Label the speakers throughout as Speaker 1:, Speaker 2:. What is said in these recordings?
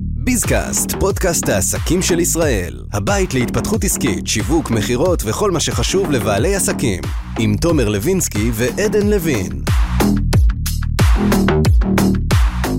Speaker 1: ביזקאסט, פודקאסט העסקים של ישראל. הבית להתפתחות עסקית, שיווק, מכירות וכל מה שחשוב לבעלי עסקים. עם תומר לוינסקי ועדן לוין.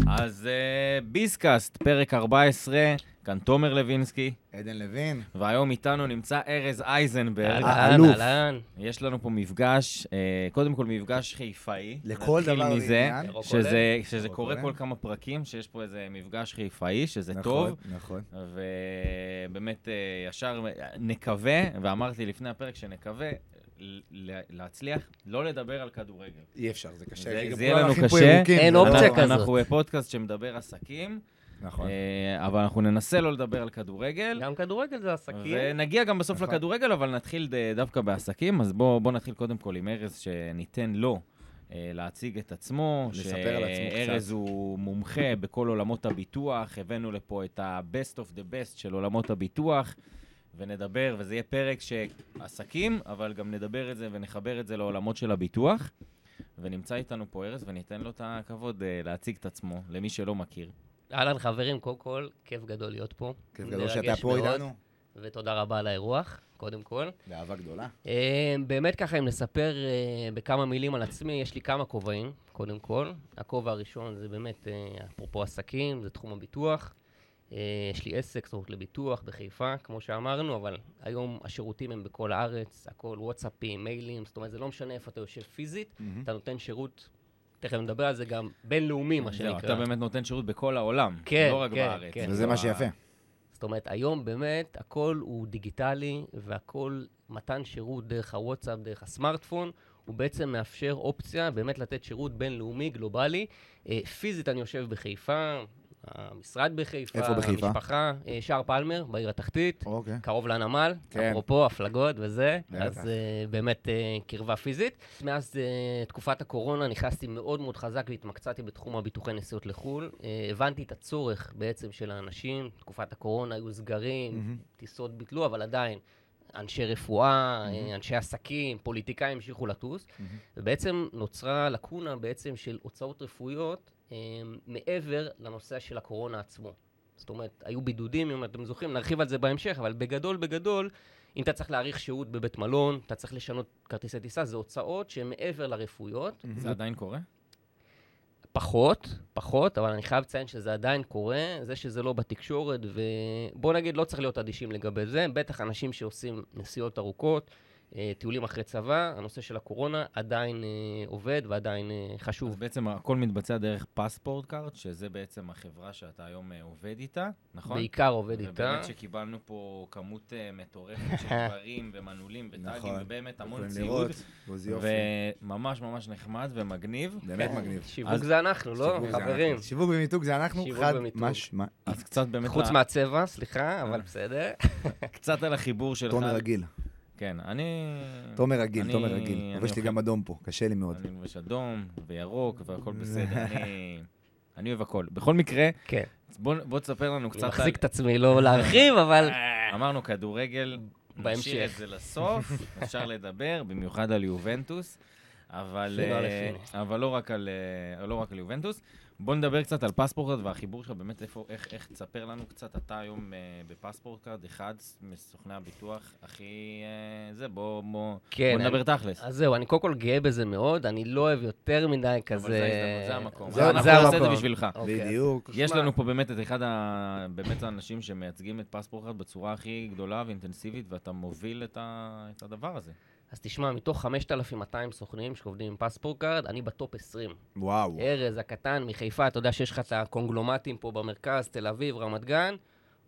Speaker 2: אז אה, ביזקאסט, פרק 14, כאן תומר לוינסקי,
Speaker 3: עדן לוין.
Speaker 2: והיום איתנו נמצא ארז אייזנברג.
Speaker 3: אה.
Speaker 4: אהלן, אהלן.
Speaker 2: יש לנו פה מפגש, אה, קודם כל מפגש חיפאי.
Speaker 3: לכל
Speaker 2: נתחיל
Speaker 3: דבר
Speaker 2: מזה,
Speaker 3: ועניין.
Speaker 2: שזה, שזה
Speaker 3: ירוק
Speaker 2: קורה
Speaker 3: עולה.
Speaker 2: כל כמה פרקים, שיש פה איזה מפגש חיפאי, שזה
Speaker 3: נכון,
Speaker 2: טוב.
Speaker 3: נכון.
Speaker 2: ובאמת, אה, ישר אה, נקווה, ואמרתי לפני הפרק שנקווה, ל- ל- להצליח לא לדבר על כדורגל.
Speaker 3: אי אפשר, זה לא קשה.
Speaker 2: זה-
Speaker 3: רגע,
Speaker 2: זה יהיה
Speaker 3: כולם
Speaker 2: לנו
Speaker 3: הכי פה
Speaker 2: קשה.
Speaker 3: ירוקים,
Speaker 4: אין
Speaker 3: זה
Speaker 4: אופציה
Speaker 3: לא-
Speaker 2: אנחנו-
Speaker 4: כזאת.
Speaker 2: אנחנו בפודקאסט שמדבר עסקים,
Speaker 3: נכון.
Speaker 2: אה, אבל אנחנו ננסה לא לדבר על
Speaker 3: כן.
Speaker 2: כדורגל.
Speaker 4: גם כדורגל זה עסקים.
Speaker 2: ונגיע גם בסוף
Speaker 3: נכון.
Speaker 2: לכדורגל, אבל נתחיל ד- דווקא בעסקים, אז בואו בוא נתחיל קודם כל עם ארז, שניתן לו אה, להציג את עצמו.
Speaker 3: לספר על עצמו קצת.
Speaker 2: שארז הוא מומחה בכל עולמות הביטוח, הבאנו לפה את ה-best of the best של עולמות הביטוח, ונדבר, וזה יהיה פרק שעסקים, אבל גם נדבר את זה ונחבר את זה לעולמות של הביטוח. ונמצא איתנו פה ארז, וניתן לו את הכבוד אה, להציג את עצמו, למי שלא מכיר.
Speaker 4: אהלן, חברים, קודם כל, כיף גדול להיות פה.
Speaker 3: כיף גדול
Speaker 4: מרגש
Speaker 3: שאתה פה
Speaker 4: מאוד,
Speaker 3: איתנו.
Speaker 4: ותודה רבה על האירוח, קודם כל.
Speaker 3: באהבה גדולה.
Speaker 4: אה, באמת ככה, אם לספר אה, בכמה מילים על עצמי, יש לי כמה כובעים, קודם כל. הכובע הראשון זה באמת, אה, אפרופו עסקים, זה תחום הביטוח. אה, יש לי עסק, סוכנות לביטוח בחיפה, כמו שאמרנו, אבל היום השירותים הם בכל הארץ, הכל וואטסאפים, מיילים, זאת אומרת, זה לא משנה איפה אתה יושב פיזית, אתה נותן שירות, תכף נדבר על זה גם, בינלאומי, מה
Speaker 2: כן, זהו,
Speaker 4: שנקרא.
Speaker 2: אתה באמת נותן שירות בכל העולם,
Speaker 4: כן,
Speaker 2: לא רק
Speaker 4: כן,
Speaker 2: בארץ.
Speaker 4: כן.
Speaker 3: וזה מה שיפה.
Speaker 4: זאת אומרת, היום באמת הכל הוא דיגיטלי, והכל מתן שירות דרך הוואטסאפ, דרך הסמארטפון, הוא בעצם מאפשר אופציה באמת לתת שירות בינלאומי, גלובלי. אה, פיזית אני יושב בחיפה, המשרד בחיפה,
Speaker 3: איפה בחיפה?
Speaker 4: המשפחה, אה, שער פלמר, בעיר התחתית,
Speaker 3: אוקיי.
Speaker 4: קרוב לנמל,
Speaker 3: כן.
Speaker 4: כן. אפרופו הפלגות וזה,
Speaker 3: בטח.
Speaker 4: אז uh, באמת uh, קרבה פיזית. מאז uh, תקופת הקורונה נכנסתי מאוד מאוד חזק והתמקצעתי בתחום הביטוחי נסיעות לחו"ל. Uh, הבנתי את הצורך בעצם של האנשים, תקופת הקורונה היו סגרים, טיסות ביטלו, אבל עדיין. אנשי רפואה, אה, אנשי עסקים, פוליטיקאים המשיכו לטוס, ובעצם נוצרה לקונה בעצם של הוצאות רפואיות אה, מעבר לנושא של הקורונה עצמו. זאת אומרת, היו בידודים, אם אתם זוכרים, נרחיב על זה בהמשך, אבל בגדול, בגדול, אם אתה צריך להאריך שהות בבית מלון, אתה צריך לשנות כרטיסי טיסה, זה הוצאות שהן מעבר לרפואיות.
Speaker 2: זה עדיין קורה?
Speaker 4: פחות, פחות, אבל אני חייב לציין שזה עדיין קורה, זה שזה לא בתקשורת, ובוא נגיד, לא צריך להיות אדישים לגבי זה, בטח אנשים שעושים נסיעות ארוכות, אה, טיולים אחרי צבא, הנושא של הקורונה עדיין אה, עובד ועדיין אה,
Speaker 2: אז
Speaker 4: חשוב.
Speaker 2: בעצם הכל מתבצע דרך פספורט קארט, שזה בעצם החברה שאתה היום אה, עובד איתה, נכון?
Speaker 4: בעיקר עובד איתה.
Speaker 2: ובאמת שקיבלנו פה כמות אה, מטורפת של דברים ומנעולים וטאגים,
Speaker 3: נכון.
Speaker 2: ובאמת המון
Speaker 3: יכולים
Speaker 2: ציוד,
Speaker 3: לראות, עוזי יופי.
Speaker 2: וממש ממש נחמד ומגניב.
Speaker 3: באמת מגניב.
Speaker 4: שיווק
Speaker 2: אז-
Speaker 4: זה אנחנו, לא?
Speaker 3: שיווק זה
Speaker 4: חברים.
Speaker 3: אנחנו. שיווק ומיתוג זה אנחנו,
Speaker 4: שיווק
Speaker 3: חד
Speaker 4: ומיתוג.
Speaker 3: משמעית.
Speaker 2: אז קצת באמת,
Speaker 4: חוץ
Speaker 2: לה-
Speaker 4: מהצבע,
Speaker 2: אה.
Speaker 4: סליחה, אבל בסדר.
Speaker 2: קצת על החיבור שלך.
Speaker 3: תומר רגיל.
Speaker 2: כן, אני...
Speaker 3: תומר רגיל,
Speaker 2: אני-
Speaker 3: תומר רגיל.
Speaker 2: אני
Speaker 3: אבל יש לי
Speaker 2: אוכל-
Speaker 3: גם אדום פה, קשה לי מאוד.
Speaker 2: אני מבש אדום וירוק והכל בסדר. אני- אני אוהב הכל. בכל מקרה,
Speaker 4: כן.
Speaker 2: בוא בוא תספר לנו
Speaker 4: אני
Speaker 2: קצת על... אה,
Speaker 4: מחזיק את עצמי, לא להרחיב, אבל...
Speaker 2: אמרנו כדורגל, נשאיר את
Speaker 4: בהמשך.
Speaker 2: זה לסוף, אפשר לדבר, במיוחד על יובנטוס, אבל,
Speaker 4: שלא
Speaker 2: אה,
Speaker 4: לפי.
Speaker 2: אבל לא, רק על, אה, לא רק על יובנטוס. בוא נדבר קצת על פספורט והחיבור שלך, באמת איפה, איך, איך, תספר לנו קצת, אתה היום אה, בפספורט קארד, אחד מסוכני הביטוח הכי... אה, זה, בוא, בוא,
Speaker 4: כן,
Speaker 2: בוא נדבר תכלס.
Speaker 4: אז זהו, אני קודם כל גאה בזה מאוד, אני לא אוהב יותר מדי כזה...
Speaker 2: אבל זה ההזדמנות, זה המקום.
Speaker 4: זה-
Speaker 2: אנחנו
Speaker 4: אה, זה
Speaker 2: נעשה את זה
Speaker 4: המקום.
Speaker 2: בשבילך.
Speaker 4: אוקיי,
Speaker 3: בדיוק.
Speaker 2: יש לנו פה באמת את אחד ה... באמת האנשים שמייצגים את פספורט קארד בצורה הכי גדולה ואינטנסיבית, ואתה מוביל את, ה... את הדבר הזה.
Speaker 4: אז תשמע, מתוך 5,200 סוכנים שעובדים עם פספורט קארד, אני בטופ 20.
Speaker 3: וואו.
Speaker 4: ארז הקטן מחיפה, אתה יודע שיש לך את הקונגלומטים פה במרכז, תל אביב, רמת גן.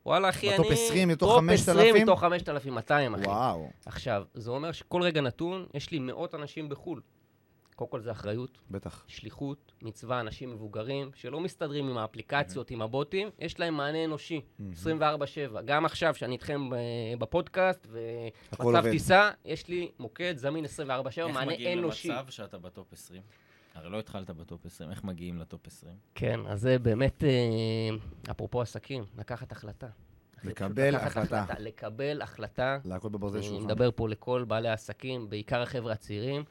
Speaker 4: וואלה, אחי, אני...
Speaker 3: בטופ 20 מתוך
Speaker 4: טופ
Speaker 3: 5,000?
Speaker 4: 20 מתוך 5,200, אחי.
Speaker 3: וואו.
Speaker 4: עכשיו, זה אומר שכל רגע נתון, יש לי מאות אנשים בחו"ל. קודם כל זה אחריות,
Speaker 3: בטח.
Speaker 4: שליחות, מצווה, אנשים מבוגרים שלא מסתדרים עם האפליקציות, עם הבוטים, יש להם מענה אנושי, 24/7. גם עכשיו, שאני איתכם אה, בפודקאסט,
Speaker 3: הכל
Speaker 4: ומצב
Speaker 3: עובד.
Speaker 4: טיסה, יש לי מוקד זמין 24/7,
Speaker 2: איך
Speaker 4: מענה
Speaker 2: מגיעים
Speaker 4: אנושי.
Speaker 2: למצב שאתה בטופ 20? הרי לא התחלת בטופ 20, איך מגיעים לטופ 20?
Speaker 4: כן, אז זה באמת, אה, אפרופו עסקים, לקחת החלטה. אחי, פשוט
Speaker 3: לקבל
Speaker 4: לקחת
Speaker 3: החלטה.
Speaker 4: לקבל החלטה.
Speaker 3: להכות בברזל
Speaker 4: אני
Speaker 3: שולחן.
Speaker 4: מדבר פה לכל בעלי העסקים, בעיקר החבר'ה הצעירים,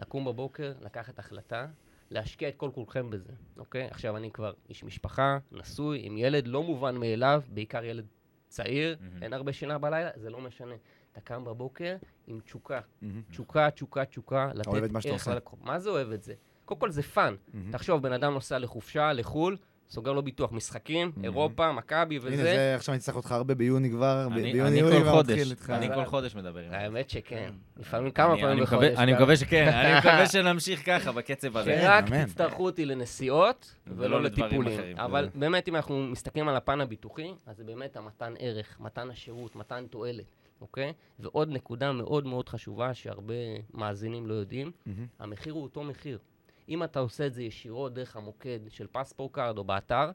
Speaker 4: לקום בבוקר, לקחת החלטה. להשקיע את כל כולכם בזה, אוקיי? עכשיו אני כבר איש משפחה, נשוי, עם ילד לא מובן מאליו, בעיקר ילד צעיר,
Speaker 2: מהמם.
Speaker 4: אין הרבה שינה בלילה, זה לא משנה. אתה קם בבוקר עם תשוקה,
Speaker 3: מהמם.
Speaker 4: תשוקה, תשוקה, תשוקה, לתת
Speaker 3: אוהב את מה שאתה
Speaker 4: ערך
Speaker 3: עושה.
Speaker 4: ללקוח. מה זה אוהב את זה? קודם כל זה פאן.
Speaker 3: מהמם.
Speaker 4: תחשוב, בן אדם נוסע לחופשה, לחו"ל, סוגר לו ביטוח משחקים,
Speaker 3: Mhm.
Speaker 4: אירופה, מכבי
Speaker 3: הנה,
Speaker 4: וזה.
Speaker 3: זה עכשיו אני אצטרך אותך הרבה ביוני כבר, ב-
Speaker 2: אני
Speaker 3: ביוני
Speaker 2: אני
Speaker 3: יולי
Speaker 2: כל
Speaker 3: כבר מתחיל
Speaker 2: חודש,
Speaker 3: איתך. אה,
Speaker 2: אני
Speaker 4: אה,
Speaker 2: כל חודש מדבר עם אנשים.
Speaker 4: האמת שכן.
Speaker 3: כן.
Speaker 4: לפעמים כמה
Speaker 2: אני- אני
Speaker 4: פעמים
Speaker 2: מקווה-
Speaker 4: בחודש.
Speaker 2: אני
Speaker 4: גם.
Speaker 2: מקווה שכן, אני מקווה שנמשיך ככה, בקצב הזה.
Speaker 4: שרק
Speaker 3: כן, אמן.
Speaker 4: תצטרכו אותי לנסיעות
Speaker 2: ולא
Speaker 4: ולא
Speaker 2: לא לדברים
Speaker 4: לטיפולים.
Speaker 2: אחרים.
Speaker 4: אבל באמת, אם אנחנו מסתכלים על הפן הביטוחי, אז זה באמת המתן ערך, מתן השירות, מתן תועלת, אוקיי? ועוד נקודה מאוד מאוד חשובה שהרבה מאזינים לא יודעים,
Speaker 3: מהמם.
Speaker 4: המחיר הוא אותו מחיר. אם אתה עושה את זה ישירות דרך המוקד של פספורט קארד או באתר,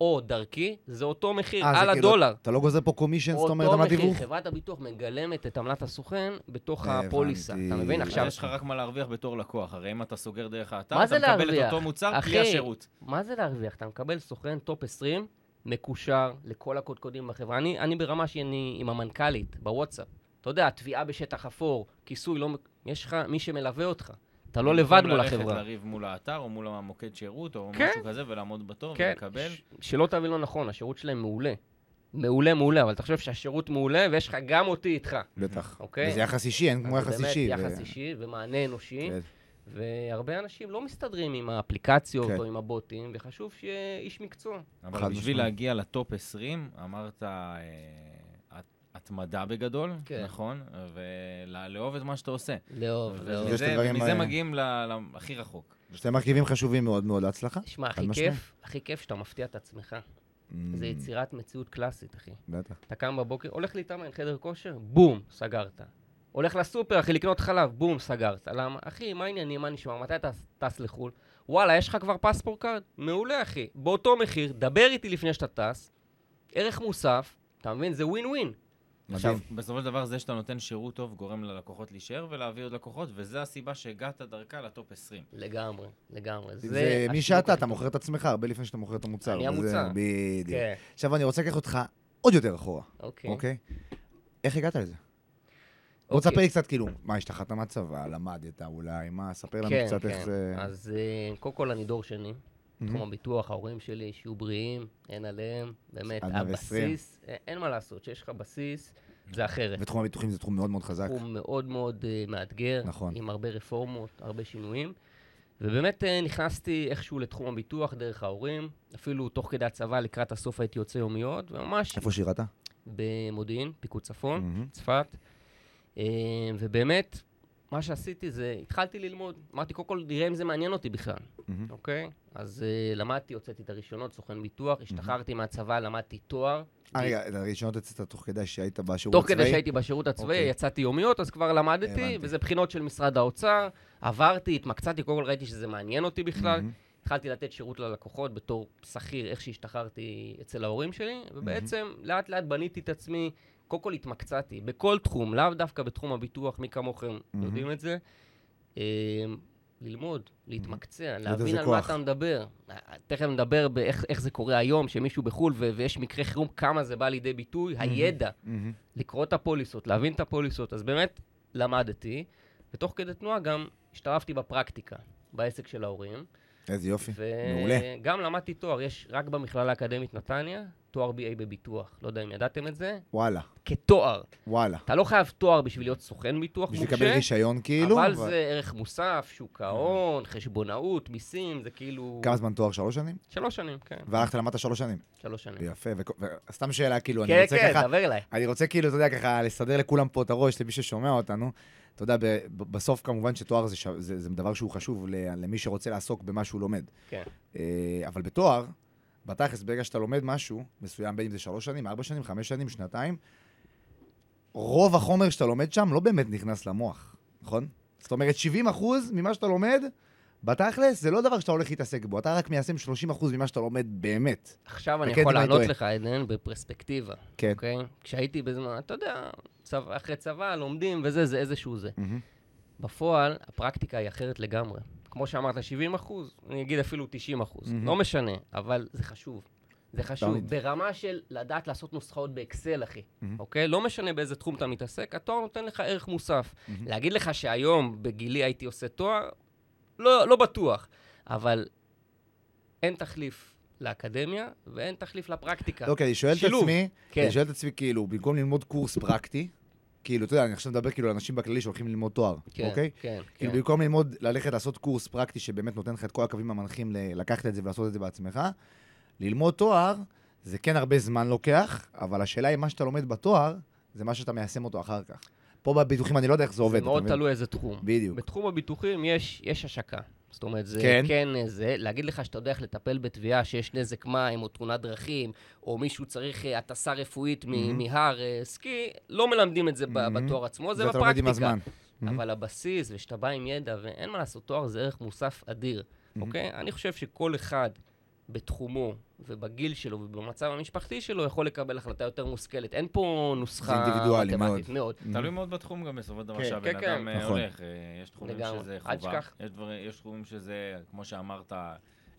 Speaker 4: או דרכי, זה אותו מחיר,
Speaker 3: אה, זה
Speaker 4: על
Speaker 3: כאילו,
Speaker 4: הדולר.
Speaker 3: אתה לא גוזר פה קומישן, זאת אומרת,
Speaker 4: אותו
Speaker 3: עמלת
Speaker 4: מחיר,
Speaker 3: דיוור?
Speaker 4: חברת הביטוח מגלמת את עמלת הסוכן בתוך
Speaker 3: הבנתי.
Speaker 4: הפוליסה. אתה מבין?
Speaker 3: אז
Speaker 4: עכשיו,
Speaker 2: יש לך רק מה להרוויח בתור לקוח, הרי אם אתה סוגר דרך האתר,
Speaker 4: מה
Speaker 2: אתה
Speaker 4: זה
Speaker 2: מקבל את
Speaker 4: להרוויח?
Speaker 2: אותו מוצר,
Speaker 4: אחי,
Speaker 2: פרי השירות.
Speaker 4: מה זה להרוויח? אתה מקבל סוכן טופ 20, מקושר לכל הקודקודים בחברה. אני, אני ברמה שאני עם המנכ"לית בוואטסאפ. אתה יודע, תביעה בשטח אפור, כיסוי, לא... מק- יש לך מי שמלווה אותך. אתה לא לבד מול
Speaker 2: במקום ללכת
Speaker 4: החברה.
Speaker 2: לריב מול האתר, או מול המוקד שירות, או
Speaker 4: כן.
Speaker 2: משהו כזה, ולעמוד בתור,
Speaker 4: כן,
Speaker 2: ולקבל.
Speaker 4: ש- שלא תבין לא נכון, השירות שלהם מעולה. מעולה, מעולה, אבל תחשוב שהשירות מעולה ויש לך גם אותי איתך.
Speaker 3: בטח.
Speaker 4: אוקיי.
Speaker 3: וזה יחס אישי, אין כמו
Speaker 4: אז
Speaker 3: יחס
Speaker 4: זה
Speaker 3: אישי.
Speaker 4: באמת
Speaker 3: ו-
Speaker 4: יחס אישי ומענה אנושי.
Speaker 3: כן.
Speaker 4: והרבה אנשים לא מסתדרים עם האפליקציות
Speaker 3: כן.
Speaker 4: או עם הבוטים, וחשוב שיהיה איש מקצוע.
Speaker 2: אבל
Speaker 3: חד
Speaker 2: בשביל
Speaker 3: משמעית.
Speaker 2: להגיע לטופ 20, אמרת אה, הת- התמדה בגדול,
Speaker 4: כן.
Speaker 2: נכון? ולאהוב את מה שאתה עושה. לא,
Speaker 4: לאהוב, לאהוב.
Speaker 3: יש אה, את
Speaker 2: ומזה
Speaker 3: הדברים
Speaker 2: ומזה
Speaker 3: האלה.
Speaker 2: מגיעים ל- ל- הכי רחוק.
Speaker 3: שתי מרכיבים חשובים מאוד מאוד להצלחה.
Speaker 4: תשמע,
Speaker 3: חד
Speaker 4: הכי
Speaker 3: משמעית.
Speaker 4: כיף, הכי כיף שאתה מפתיע את עצמך. זה
Speaker 3: Mm,
Speaker 4: יצירת מציאות קלאסית, אחי.
Speaker 3: בטח.
Speaker 4: אתה קם בבוקר, הולך להתאמן, חדר כושר, בום, סגרת. הולך לסופר, אחי, לקנות חלב, בום, סגרת. למה? אחי, מה העניינים, מה נשמע? מתי אתה טס לחו"ל? וואלה, יש לך כבר פספורט קארד? מעולה, אחי. באותו מחיר, דבר איתי לפני שאתה טס, ערך מוסף, אתה מבין? זה ווין ווין.
Speaker 3: מדהים.
Speaker 2: בסופו של דבר, זה שאתה נותן שירות טוב גורם ללקוחות להישאר ולהביא עוד לקוחות, וזו הסיבה שהגעת דרכה לטופ 20.
Speaker 3: Mm-hmm.
Speaker 4: לגמרי, לגמרי.
Speaker 3: זה מי
Speaker 4: השיווק
Speaker 3: שאתה, אתה
Speaker 4: הכי-
Speaker 3: מוכר את עצמך הרבה לפני שאתה מוכר את המוצר.
Speaker 4: אני
Speaker 3: וזה-
Speaker 4: המוצר.
Speaker 3: בדיוק.
Speaker 4: כן,
Speaker 3: עכשיו אני רוצה לקחת אותך עוד יותר אחורה,
Speaker 4: אוקיי.
Speaker 3: אוקיי? איך הגעת לזה? בוא
Speaker 4: אוקיי.
Speaker 3: תספר לי קצת, כאילו, מה, השתחררת מהצבא, למדת אולי, מה, ספר לנו
Speaker 4: כן,
Speaker 3: קצת
Speaker 4: כן.
Speaker 3: איך זה...
Speaker 4: אז אה, קודם כל אני דור שני,
Speaker 3: מהמם.
Speaker 4: תחום הביטוח, ההורים שלי, שיהיו בריאים, אין עליהם, באמת,
Speaker 3: עד מאה ועשרים.
Speaker 4: הבסיס, אה, אין מה לעשות, כשיש לך בסיס, זה אחרת.
Speaker 3: ותחום הביטוחים זה תחום מאוד מאוד חזק.
Speaker 4: תחום מאוד מאוד אה, מאתגר,
Speaker 3: נכון.
Speaker 4: עם הרבה רפורמות, הרבה שינויים. ובאמת אה, נכנסתי איכשהו לתחום הביטוח דרך ההורים, אפילו תוך כדי הצבא, לקראת הסוף הייתי יוצא יומיות, וממש
Speaker 3: איפה Mm-hmm. שירת?
Speaker 4: נכון. במודיעין, פיקוד צפון,
Speaker 3: מהמם.
Speaker 4: צפת. אה, ובאמת, מה שעשיתי זה, התחלתי ללמוד. אמרתי, קודם כל, נראה אם זה מעניין אותי בכלל.
Speaker 3: מהמם.
Speaker 4: אוקיי? אז uh, למדתי, הוצאתי את הראשונות, סוכן ביטוח, השתחררתי מהצבא, למדתי תואר.
Speaker 3: אה, רגע, את הראשונות יצאת תוך כדי שהיית בשירות
Speaker 4: תוך
Speaker 3: הצבאי?
Speaker 4: כדי שהייתי בשירות הצבאי,
Speaker 3: אוקיי.
Speaker 4: יצאתי יומיות, אז כבר למדתי,
Speaker 3: הבנתי.
Speaker 4: וזה בחינות של משרד האוצר. עברתי, התמקצעתי, קודם כל ראיתי שזה מעניין אותי בכלל.
Speaker 3: מהמם.
Speaker 4: התחלתי לתת שירות ללקוחות בתור שכיר, איך שהשתחררתי אצל ההורים שלי, ובעצם לאט לאט בניתי את עצמי, קודם כל התמקצעתי בכל תחום, לאו דווקא בתחום הביטוח, מי כמוכם
Speaker 3: מהמם.
Speaker 4: יודעים את זה. אה, ללמוד, להתמקצע,
Speaker 3: ידע זה
Speaker 4: להבין על מה
Speaker 3: כוח.
Speaker 4: אתה מדבר. אה, תכף נדבר באיך איך זה קורה היום, שמישהו בחו"ל ו- ויש מקרה חירום, כמה זה בא לידי ביטוי, הידע.
Speaker 3: מהמם.
Speaker 4: לקרוא את הפוליסות, להבין את הפוליסות, אז באמת למדתי, ותוך כדי תנועה גם השתרפתי בפרקטיקה, בעסק של ההורים.
Speaker 3: איזה יופי, מעולה.
Speaker 4: וגם למדתי תואר, יש רק במכללה האקדמית נתניה, תואר BA בביטוח. לא יודע אם ידעתם את זה,
Speaker 3: וואלה,
Speaker 4: כתואר.
Speaker 3: וואלה.
Speaker 4: אתה לא חייב תואר בשביל להיות סוכן ביטוח
Speaker 3: בשביל
Speaker 4: מורשה,
Speaker 3: לקבל רישיון כאילו?
Speaker 4: אבל זה ערך מוסף, שוק ההון, חשבונאות, מיסים, זה כאילו...
Speaker 3: כמה זמן תואר? שלוש שנים?
Speaker 4: שלוש שנים, כן,
Speaker 3: והלכת למדת שלוש שנים.
Speaker 4: שלוש שנים.
Speaker 3: יפה, וכו- וסתם שאלה, כאילו, אני
Speaker 4: כן,
Speaker 3: רוצה
Speaker 4: כן,
Speaker 3: ככה...
Speaker 4: דבר אליי.
Speaker 3: אני רוצה כאילו, אתה יודע, ככה, לסדר לכולם פה את הראש, למי ששומע אותנו. אתה יודע, ב- ב- בסוף כמובן שתואר זה, ש- זה, זה דבר שהוא חשוב ל- למי שרוצה לעסוק במה שהוא לומד.
Speaker 4: כן.
Speaker 3: אה, אבל בתואר, בתכלס, ברגע שאתה לומד משהו מסוים, בין אם זה שלוש שנים, ארבע שנים, חמש שנים, שנתיים, רוב החומר שאתה לומד שם לא באמת נכנס למוח, נכון? זאת אומרת, 70 אחוז ממה שאתה לומד, בתכלס, זה לא דבר שאתה הולך להתעסק בו, אתה רק מיישם 30 אחוז ממה שאתה לומד באמת.
Speaker 4: עכשיו אני
Speaker 3: בקטע
Speaker 4: יכול
Speaker 3: אני
Speaker 4: לענות
Speaker 3: טועה.
Speaker 4: לך, עדן, בפרספקטיבה.
Speaker 3: כן.
Speaker 4: אוקיי? כשהייתי בזמן, אתה יודע, צבא- אחרי צבא, לומדים וזה, זה איזשהו זה.
Speaker 3: מהמם.
Speaker 4: בפועל, הפרקטיקה היא אחרת לגמרי. כמו שאמרת, 70 אחוז, אני אגיד אפילו 90 אחוז.
Speaker 3: מהמם.
Speaker 4: לא משנה, אבל זה חשוב. זה חשוב.
Speaker 3: תמיד.
Speaker 4: ברמה של לדעת לעשות נוסחאות באקסל, אחי.
Speaker 3: מהמם.
Speaker 4: אוקיי? לא משנה באיזה תחום אתה מתעסק, התואר נותן לך ערך מוסף.
Speaker 3: מהמם.
Speaker 4: להגיד לך שהיום, בגילי, הייתי עושה תואר, לא לא בטוח. אבל אין תחליף לאקדמיה ואין תחליף לפרקטיקה.
Speaker 3: לא, כי אני שואל את
Speaker 4: שילוב.
Speaker 3: עצמי,
Speaker 4: כן.
Speaker 3: אני שואל את עצמי, כאילו, במקום ללמוד קורס פרקטי, כאילו, אתה יודע, אני עכשיו מדבר כאילו על אנשים בכללי שהולכים ללמוד תואר,
Speaker 4: כן,
Speaker 3: אוקיי?
Speaker 4: כן, כן.
Speaker 3: כאילו, במקום ללמוד, ללכת לעשות קורס פרקטי שבאמת נותן לך את כל הקווים המנחים ל- לקחת את זה ולעשות את זה בעצמך, ללמוד תואר, זה כן הרבה זמן לוקח, אבל השאלה היא, מה שאתה לומד בתואר, זה מה שאתה מיישם אותו אחר כך. פה בביטוחים אני לא יודע איך זה עובד,
Speaker 4: זה
Speaker 3: אתה
Speaker 4: מאוד
Speaker 3: מבין?
Speaker 4: תלוי איזה תחום.
Speaker 3: בדיוק.
Speaker 4: בתחום הביטוחים יש, יש השקה. זאת אומרת, זה
Speaker 3: כן.
Speaker 4: כן, כן אה, זה, להגיד לך שאתה יודע איך לטפל בתביעה שיש נזק מים או תאונת דרכים, או מישהו צריך אה, הטסה רפואית מ-
Speaker 3: Mhm.
Speaker 4: מהר אה, סקי, לא מלמדים את זה ב-
Speaker 3: Mhm.
Speaker 4: בתואר עצמו, זה
Speaker 3: אתה לומד עם
Speaker 4: בפרקטיקה.
Speaker 3: הזמן. Mhm.
Speaker 4: אבל הבסיס, ושאתה בא עם ידע, ואין מה לעשות, תואר זה ערך מוסף אדיר, אוקיי? אני חושב שכל אחד בתחומו ובגיל שלו ובמצב המשפחתי שלו יכול לקבל החלטה יותר מושכלת. אין פה נוסחה
Speaker 3: אינדיבידואלי, מאוד.
Speaker 4: מתמטית, מאוד.
Speaker 2: תלוי מאוד בתחום גם בסופו של דבר
Speaker 3: כן,
Speaker 2: שהבן
Speaker 4: כן, כן.
Speaker 2: אדם אה,
Speaker 3: נכון.
Speaker 2: הולך. אה, יש תחומים
Speaker 4: לגמרי.
Speaker 2: שזה
Speaker 4: אל
Speaker 2: חובה.
Speaker 4: תשכח.
Speaker 2: יש דברים- יש תחומים שזה, כמו שאמרת,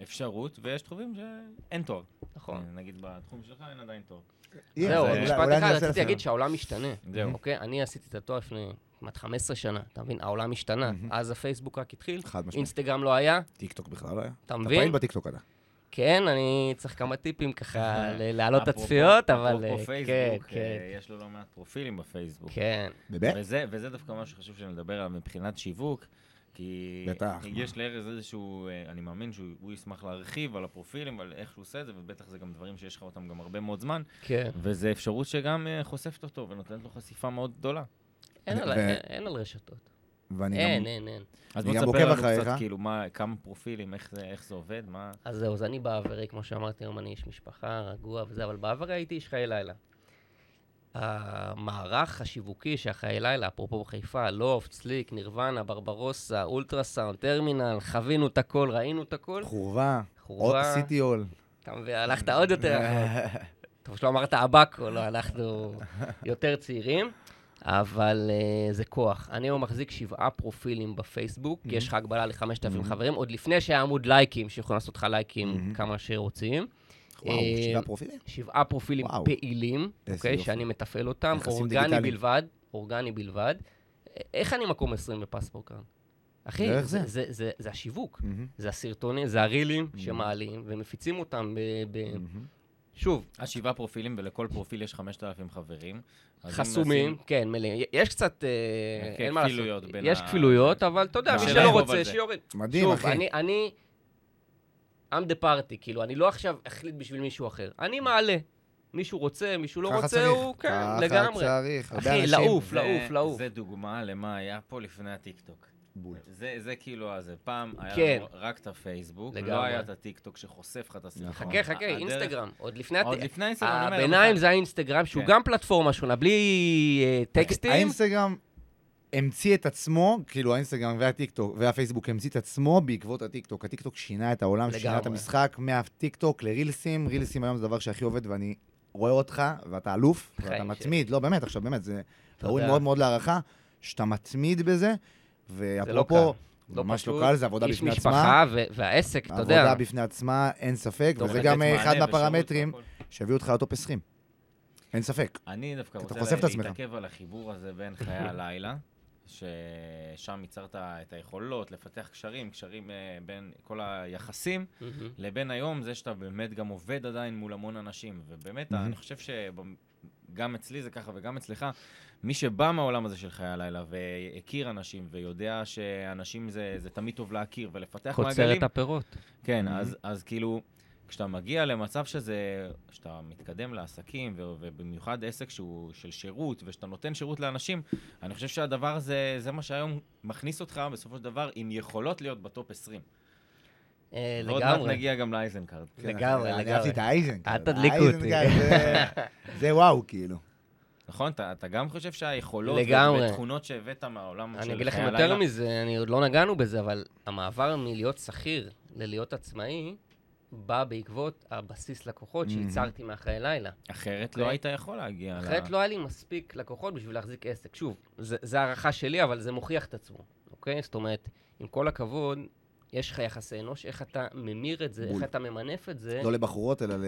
Speaker 2: אפשרות, ויש תחומים שאין תואר. אה,
Speaker 4: נכון.
Speaker 2: נגיד בתחום שלך אין עדיין תואר.
Speaker 3: אם,
Speaker 4: זהו,
Speaker 3: אולי-
Speaker 4: אז משפט
Speaker 3: אולי אני
Speaker 4: אחד,
Speaker 3: אנסה
Speaker 4: רציתי
Speaker 3: לעשות.
Speaker 4: להגיד שהעולם משתנה.
Speaker 2: זהו.
Speaker 4: אוקיי? אני עשיתי את התואר לפני כמעט 15 שנה, אתה מבין? העולם השתנה. אז הפייסבוק רק התחיל,
Speaker 3: חד משמעית.
Speaker 4: אינסטגרם לא היה,
Speaker 3: טיקטוק בכלל לא היה.
Speaker 4: אתה
Speaker 3: אתה פעיל
Speaker 4: מבין?
Speaker 3: בטיקטוק אתה.
Speaker 4: כן, אני צריך כמה טיפים ככה ל- להעלות את
Speaker 2: אפרופו-
Speaker 4: הצפיות, לא אבל...
Speaker 2: אפרופו
Speaker 4: אה,
Speaker 2: פייסבוק,
Speaker 4: כן,
Speaker 2: אה, יש לו לא מעט פרופילים בפייסבוק.
Speaker 4: כן,
Speaker 3: באמת?
Speaker 2: וזה, וזה דווקא מה שחשוב שנדבר עליו מבחינת שיווק, כי
Speaker 3: בטח,
Speaker 2: יש לארז איזשהו, אה, אני מאמין שהוא הוא ישמח להרחיב על הפרופילים, על איך שהוא עושה את זה, ובטח זה גם דברים שיש לך אותם גם הרבה מאוד זמן,
Speaker 4: כן.
Speaker 2: וזה אפשרות שגם אה, חושפת אותו ונותנת לו חשיפה מאוד גדולה.
Speaker 4: אין
Speaker 3: ו-
Speaker 4: על-
Speaker 3: ו-
Speaker 4: אין- אין על רשתות.
Speaker 3: ואני גם-
Speaker 4: אין, אין, אין.
Speaker 2: אז
Speaker 3: אני
Speaker 2: בוא
Speaker 3: גם
Speaker 2: תספר
Speaker 3: עוקב
Speaker 2: לנו קצת,
Speaker 3: אחריך.
Speaker 2: כאילו, מה, כמה פרופילים, איך זה, איך זה עובד, מה...
Speaker 4: אז זהו, אז אני בעברי, כמו שאמרתי, היום אני איש משפחה, רגוע וזה, אבל בעברי הייתי איש חיי לילה. המערך השיווקי של החיי לילה, אפרופו חיפה, לופט, סליק, נירוונה, ברברוסה, אולטרסאונד, טרמינל, חווינו את הכל, ראינו את הכל.
Speaker 3: חורבה,
Speaker 4: חורבה.
Speaker 3: עוד אה, סיטי הול.
Speaker 4: אתה מבין, הלכת עוד יותר רחוק. טוב שלא אמרת אבקו, לא, אנחנו יותר צעירים, אבל אה, זה כוח. אני היום מחזיק שבעה פרופילים בפייסבוק, כי יש לך הגבלה ל-5,000 חברים, עוד לפני שהיה עמוד לייקים, שיכולים לעשות לך לייקים
Speaker 3: מהמם.
Speaker 4: כמה שרוצים.
Speaker 3: וואו,
Speaker 4: אה,
Speaker 3: שבעה פרופילים?
Speaker 4: שבעה פרופילים
Speaker 3: וואו.
Speaker 4: פעילים,
Speaker 3: איזה
Speaker 4: אוקיי,
Speaker 3: יופי.
Speaker 4: שאני מתפעל אותם,
Speaker 3: יחסים
Speaker 4: אורגני
Speaker 3: דיגיטליים.
Speaker 4: בלבד, אורגני בלבד. אה, איך אני מקום 20 בפספורט כאן? אחי,
Speaker 3: דרך
Speaker 4: זה-
Speaker 3: זה.
Speaker 4: זה- זה- זה השיווק,
Speaker 3: מהמם,
Speaker 4: זה הסרטונים, זה הריליים
Speaker 3: Mhm.
Speaker 4: שמעלים ומפיצים אותם ב... ב-
Speaker 3: מהמם.
Speaker 4: שוב,
Speaker 2: אז שבעה פרופילים, ולכל פרופיל יש 5,000 חברים. אז אם
Speaker 4: חסומים,
Speaker 2: נשים-
Speaker 4: כן, מלאים. יש קצת, אה,
Speaker 2: כן,
Speaker 4: אין מה לעשות.
Speaker 2: כפילויות בין
Speaker 4: יש
Speaker 2: ה-
Speaker 4: כפילויות, אבל אתה יודע,
Speaker 2: השאלה
Speaker 4: מי
Speaker 2: היא
Speaker 4: שלא
Speaker 2: רוב על
Speaker 4: רוצה,
Speaker 2: זה.
Speaker 4: שיוריד.
Speaker 3: מדהים,
Speaker 4: שוב,
Speaker 3: אחי.
Speaker 4: אני, אני, I'm the party, כאילו, אני לא עכשיו אחליט בשביל מישהו אחר. אני מעלה. מישהו רוצה, מישהו לא
Speaker 3: ככה
Speaker 4: רוצה,
Speaker 3: צריך,
Speaker 4: הוא, כן,
Speaker 3: ככה
Speaker 4: לגמרי.
Speaker 3: צריך, הרבה
Speaker 4: אחי,
Speaker 3: אנשים.
Speaker 4: לעוף.
Speaker 2: זה-
Speaker 4: לעוף, לעוף.
Speaker 2: זה דוגמה למה היה פה לפני הטיקטוק.
Speaker 3: בול.
Speaker 2: זה, זה כאילו, אז פעם היה
Speaker 4: כן.
Speaker 2: לנו רק את הפייסבוק,
Speaker 4: לגמרי.
Speaker 2: לא היה את הטיקטוק שחושף לך את הסרטון.
Speaker 3: נכון.
Speaker 4: חכה, חכה,
Speaker 2: הדרך-
Speaker 4: אינסטגרם. עוד לפני... הת-
Speaker 2: עוד לפני אינסטגרם, אני אומר,
Speaker 4: הביניים
Speaker 2: אבל-
Speaker 4: זה האינסטגרם, שהוא
Speaker 2: כן.
Speaker 4: גם פלטפורמה שונה, בלי אה, טקסטים.
Speaker 3: האינסטגרם המציא את עצמו, כאילו האינסטגרם והטיקטוק והפייסבוק המציא את עצמו בעקבות הטיקטוק. הטיקטוק שינה את העולם, שינה את
Speaker 4: לגמרי.
Speaker 3: המשחק מהטיקטוק לרילסים. רילסים היום זה הדבר שהכי עובד, ואני רואה אותך, ואתה אלוף, ואתה
Speaker 4: חיים
Speaker 3: מתמיד. לא, באמת, עכשיו באמת, זה
Speaker 4: תודה.
Speaker 3: ראוי מאוד מאוד להערכה, שאתה מתמיד בזה, ואפרופו,
Speaker 4: קל, לא
Speaker 3: ממש לא
Speaker 4: פשוט.
Speaker 3: קל, זה עבודה בפני
Speaker 4: איש
Speaker 3: עצמה.
Speaker 4: משפחה ו- והעסק, אתה יודע.
Speaker 3: עבודה בפני עצמה, אין ספק,
Speaker 4: טוב,
Speaker 3: וזה
Speaker 2: לתת
Speaker 3: גם
Speaker 2: מענה
Speaker 3: אחד
Speaker 2: ושירות
Speaker 3: מהפרמטרים
Speaker 2: והכל.
Speaker 3: שהביאו אותך לטופ 20. אין ספק.
Speaker 2: אני דווקא
Speaker 3: אתה
Speaker 2: רוצה
Speaker 3: חושף את
Speaker 2: לה-
Speaker 3: עצמך.
Speaker 2: להתעכב על החיבור הזה בין חיי הלילה, ששם ייצרת את היכולות לפתח קשרים, קשרים אה, בין כל היחסים,
Speaker 4: מהמם.
Speaker 3: לא
Speaker 2: לבין היום זה שאתה באמת גם עובד עדיין מול המון אנשים. ובאמת,
Speaker 3: מהמם.
Speaker 2: אני חושב שגם אצלי זה ככה וגם אצלך, מי שבא מהעולם הזה של חיי הלילה והכיר אנשים ויודע שאנשים זה, זה תמיד טוב להכיר ולפתח מעגלים,
Speaker 4: קוצרת הפירות.
Speaker 2: כן, אז, אז כאילו, כשאתה מגיע למצב שזה, שאתה מתקדם לעסקים, ו- ובמיוחד עסק שהוא של שירות, ושאתה נותן שירות לאנשים, אני חושב שהדבר הזה, זה מה שהיום מכניס אותך בסופו של דבר עם יכולות להיות בטופ 20.
Speaker 4: אה,
Speaker 2: ועוד מעט
Speaker 4: לגמרי.
Speaker 2: נגיע גם לאייזנקארד.
Speaker 3: כן,
Speaker 4: לגמרי,
Speaker 3: אני
Speaker 4: לגמרי.
Speaker 3: אהבתי את האייזנקארד.
Speaker 4: אל תדליקו אותי.
Speaker 3: האייזנקארד זה- זה וואו, כאילו.
Speaker 2: נכון? אתה, אתה גם חושב שהיכולות
Speaker 4: לגמרי.
Speaker 2: ותכונות שהבאת מהעולם של
Speaker 4: אני אגיד לכם
Speaker 2: חיי
Speaker 4: יותר
Speaker 2: הלילה-
Speaker 4: מזה, אני עוד לא נגענו בזה, אבל המעבר מלהיות שכיר ללהיות עצמאי, בא בעקבות הבסיס לקוחות
Speaker 3: מהמם.
Speaker 4: שייצרתי מאחרי לילה.
Speaker 2: אחרת
Speaker 4: אוקיי.
Speaker 2: לא היית יכול להגיע. ל-
Speaker 4: אחרת לא היה לי מספיק לקוחות בשביל להחזיק עסק. שוב, זה זה הערכה שלי, אבל זה מוכיח את עצמו, אוקיי? זאת אומרת, עם כל הכבוד, יש לך יחסי אנוש, איך אתה ממיר את זה,
Speaker 3: בול.
Speaker 4: איך אתה ממנף את זה.
Speaker 3: לא לבחורות, אלא ל...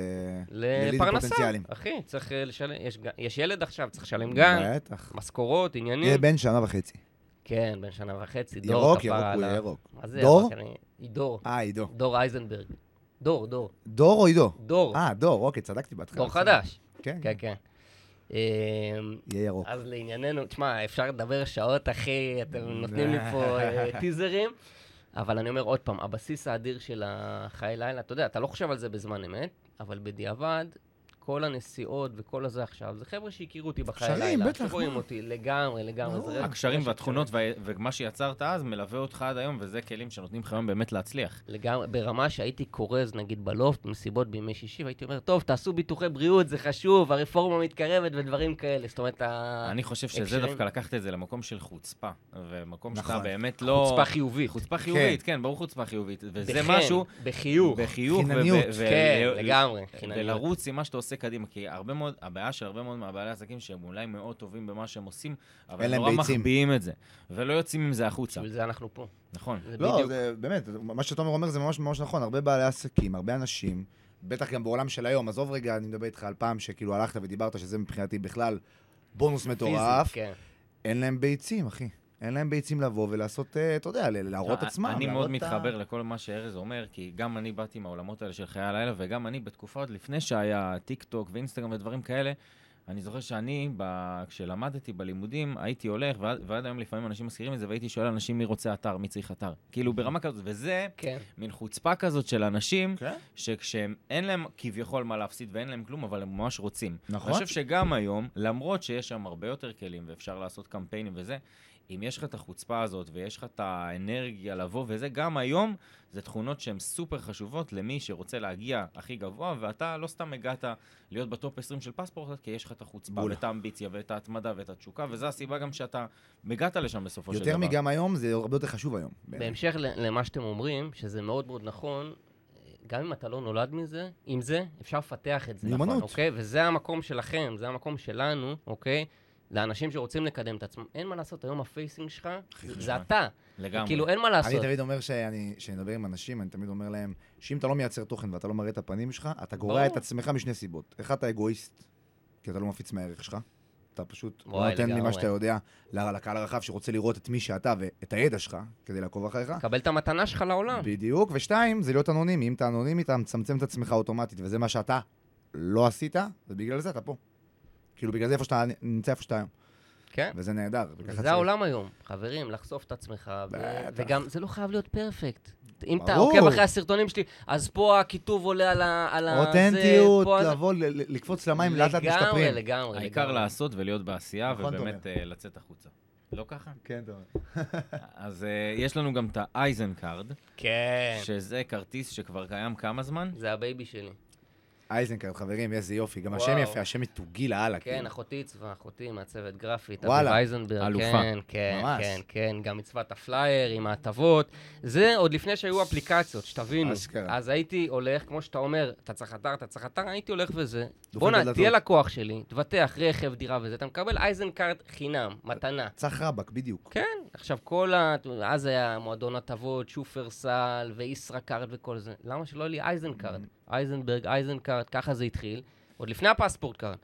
Speaker 3: ללידים
Speaker 4: לפרנסה,
Speaker 3: פוטנציאליים.
Speaker 4: אחי, צריך אה, לשלם, יש ג- יש ילד עכשיו, צריך לשלם גן,
Speaker 3: בטח.
Speaker 4: משכורות,
Speaker 3: יהיה
Speaker 4: עניינים.
Speaker 3: בן שנה וחצי.
Speaker 4: כן, בן שנה וחצי, דור
Speaker 3: ירוק,
Speaker 4: כפרה
Speaker 3: ירוק הוא
Speaker 4: עליו.
Speaker 3: ירוק.
Speaker 4: מה זה,
Speaker 3: דור?
Speaker 4: אבל אני- עידו,
Speaker 3: אה, עידו.
Speaker 4: דור אייזנברג. דור, דור,
Speaker 3: דור או עידו?
Speaker 4: דור,
Speaker 3: אה, דור, אוקיי, צדקתי בהתחלה.
Speaker 4: דור
Speaker 3: בסדר.
Speaker 4: חדש.
Speaker 3: כן,
Speaker 4: כן, כן. אמ,
Speaker 3: יהיה ירוק.
Speaker 4: אז לענייננו, תשמע, אפשר לדבר שעות, אחי, אתם נותנים לי פה אה, טיזרים, אבל אני אומר עוד פעם, הבסיס האדיר של החיי לילה, אתה יודע, אתה לא חושב על זה בזמן אמת, אבל בדיעבד, כל הנסיעות וכל הזה עכשיו, זה חבר'ה שהכירו אותי בחיי לילה.
Speaker 3: קשרים, בטח,
Speaker 4: שרואים
Speaker 3: מה?
Speaker 4: אותי לגמרי, לגמרי. זה רגע-
Speaker 2: הקשרים
Speaker 4: רגע של
Speaker 2: והתכונות וה- ומה שיצרת אז מלווה אותך עד היום, וזה כלים שנותנים לך היום באמת להצליח.
Speaker 4: לגמרי, ברמה שהייתי כורז, נגיד, בלופט, מסיבות בימי שישי, והייתי אומר, טוב, תעשו ביטוחי בריאות, זה חשוב, הרפורמה מתקרבת ודברים כאלה. זאת אומרת, ה-
Speaker 2: אני חושב שזה
Speaker 4: אה, הקשרים-
Speaker 2: דווקא לקחת את זה למקום של חוצפה, ומקום שאתה
Speaker 3: נכון.
Speaker 2: באמת לא...
Speaker 4: חוצפה חיובית.
Speaker 2: חוצפה חיובית, כן, ברור חוצפה חיובית. וזה
Speaker 4: בחן,
Speaker 2: משהו...
Speaker 4: בחיוך.
Speaker 2: בחיוך. וב-
Speaker 3: חינניות.
Speaker 2: ו-
Speaker 4: כן,
Speaker 2: ו-
Speaker 4: לגמרי. חינניות.
Speaker 2: ולרוץ עם מה שאתה עושה קדימה, כי הרבה מאוד, הבעיה של הרבה מאוד מהבעלי עסקים שהם אולי מאוד טובים במה שהם עושים, אבל
Speaker 3: אין
Speaker 2: הם
Speaker 3: להם
Speaker 2: נורא
Speaker 3: ביצים.
Speaker 2: מחביאים את זה, ולא יוצאים עם זה החוצה.
Speaker 4: בשביל זה אנחנו פה.
Speaker 2: נכון.
Speaker 4: זה
Speaker 3: לא,
Speaker 4: בדיוק.
Speaker 3: זה באמת, מה שתומר אומר זה ממש ממש נכון. הרבה בעלי עסקים, הרבה אנשים, בטח גם בעולם של היום, עזוב רגע, אני מדבר איתך על פעם שכאילו הלכת ודיברת, שזה מבחינתי בכלל בונוס מטורף.
Speaker 4: פיזית, כן.
Speaker 3: אין להם ביצים, אחי. אין להם ביצים לבוא ולעשות, אה, אתה יודע, ל- להראות
Speaker 2: לא,
Speaker 3: עצמם.
Speaker 2: אני
Speaker 3: להראות
Speaker 2: מאוד
Speaker 3: את ה-
Speaker 2: מתחבר לכל מה שארז אומר, כי גם אני באתי מהעולמות האלה של חיי הלילה, וגם אני בתקופה עוד לפני שהיה טיק טוק ואינסטגרם ודברים כאלה, אני זוכר שאני, ב... כשלמדתי בלימודים, הייתי הולך, ועד, ועד היום לפעמים אנשים מזכירים את זה, והייתי שואל אנשים מי רוצה אתר, מי צריך אתר. כאילו ברמה כזאת, וזה
Speaker 4: כן.
Speaker 2: מין חוצפה כזאת של אנשים,
Speaker 3: כן.
Speaker 2: שכשהם, אין להם כביכול מה להפסיד ואין להם כלום, אבל הם ממש רוצים.
Speaker 3: נכון.
Speaker 2: אני חושב שגם היום, למרות שיש שם הרבה יותר כלים ואפשר לעשות קמפיינים וזה, אם יש לך את החוצפה הזאת ויש לך את האנרגיה לבוא וזה, גם היום זה תכונות שהן סופר חשובות למי שרוצה להגיע הכי גבוה, ואתה לא סתם הגעת להיות בטופ 20 של פספורט, כי יש לך את החוצפה
Speaker 3: בול.
Speaker 2: ואת האמביציה ואת ההתמדה ואת התשוקה, וזו הסיבה גם שאתה הגעת לשם בסופו של דבר.
Speaker 3: יותר מגם היום, זה הרבה יותר חשוב היום.
Speaker 4: בהמשך ל- למה שאתם אומרים, שזה מאוד מאוד נכון, גם אם אתה לא נולד מזה, עם זה, אפשר לפתח את זה.
Speaker 3: מיומנות.
Speaker 4: נכון, אוקיי? וזה המקום שלכם, זה המקום שלנו, אוקיי? לאנשים שרוצים לקדם את עצמם. אין מה לעשות, היום הפייסינג שלך, זה
Speaker 2: חשוב.
Speaker 4: אתה.
Speaker 2: לגמרי.
Speaker 4: כאילו, אין מה
Speaker 3: אני
Speaker 4: לעשות.
Speaker 3: תמיד אומר שאני, כשאני מדבר עם אנשים, אני תמיד אומר להם, שאם אתה לא מייצר תוכן ואתה לא מראה את הפנים שלך, אתה גורע
Speaker 4: ברור.
Speaker 3: את עצמך משני סיבות. אחד, אתה אגואיסט, כי אתה לא מפיץ מהערך שלך. אתה פשוט לא
Speaker 4: וואי,
Speaker 3: נותן ממה
Speaker 4: לגמרי.
Speaker 3: שאתה יודע ל- לקהל הרחב שרוצה לראות את מי שאתה ואת הידע שלך, כדי לעקוב אחריך.
Speaker 4: קבל את המתנה שלך לעולם.
Speaker 3: בדיוק, ושתיים, זה להיות אנונימי. אם אתה אנונימי, אתה מצמצם את עצמך אוטומטית, וזה מה שאתה לא עשית, ובגלל זה אתה פה. כאילו, בגלל זה איפה שאתה נמצא איפה שאתה היום.
Speaker 4: כן.
Speaker 3: וזה נהדר. וככה צריך.
Speaker 4: זה העולם היום, חברים, לחשוף את עצמך, ו-
Speaker 3: בטח.
Speaker 4: וגם זה לא חייב להיות פרפקט. אם אתה
Speaker 3: ברור.
Speaker 4: עוקב אחרי הסרטונים שלי, אז פה הכיתוב עולה על ה... על ה- זה,
Speaker 3: אותנטיות,
Speaker 4: פה ה-
Speaker 3: לבוא, ל- ל- לקפוץ למים, לאט לאט
Speaker 4: לגמרי,
Speaker 3: משתפרים.
Speaker 4: לגמרי.
Speaker 2: העיקר
Speaker 4: לגמרי.
Speaker 2: לעשות ולהיות בעשייה,
Speaker 3: נכון,
Speaker 2: ובאמת אה, לצאת החוצה. לא ככה?
Speaker 3: כן, טוב.
Speaker 2: אז אה, יש לנו גם את האייזן קארד,
Speaker 4: כן.
Speaker 2: שזה כרטיס שכבר קיים כמה זמן?
Speaker 4: זה הבייבי שלי.
Speaker 3: אייזנקרד, חברים, איזה יופי. גם
Speaker 4: וואו.
Speaker 3: השם יפה, השם מתוגי לאללה.
Speaker 4: כן,
Speaker 3: כאילו.
Speaker 4: אחותי עיצבה, אחותי מהצוות גרפית,
Speaker 3: וואלה.
Speaker 4: אביב אייזנברג,
Speaker 2: אלופה.
Speaker 4: כן, כן,
Speaker 3: ממש.
Speaker 4: כן, כן, גם עיצבה את הפלייר עם ההטבות. זה עוד לפני שהיו אפליקציות, שתבינו.
Speaker 3: אשכרה.
Speaker 4: אז הייתי הולך, כמו שאתה אומר, אתה צריך אתר, אתה צריך אתר, הייתי הולך וזה.
Speaker 3: דופק
Speaker 4: בואנה,
Speaker 3: בדלתות.
Speaker 4: תהיה לקוח שלי, תבטח רכב, דירה וזה, אתה מקבל אייזנקארט חינם, מתנה.
Speaker 3: צח רבאק, בדיוק.
Speaker 4: כן, עכשיו כל ה... אז היה מועדון הטבות, שופרסל וישראכרט וכל זה. למה שלא יהיה לי אייזנקארד? אייזנברג, אייזנקארד, ככה זה התחיל. עוד לפני הפספורט קארד.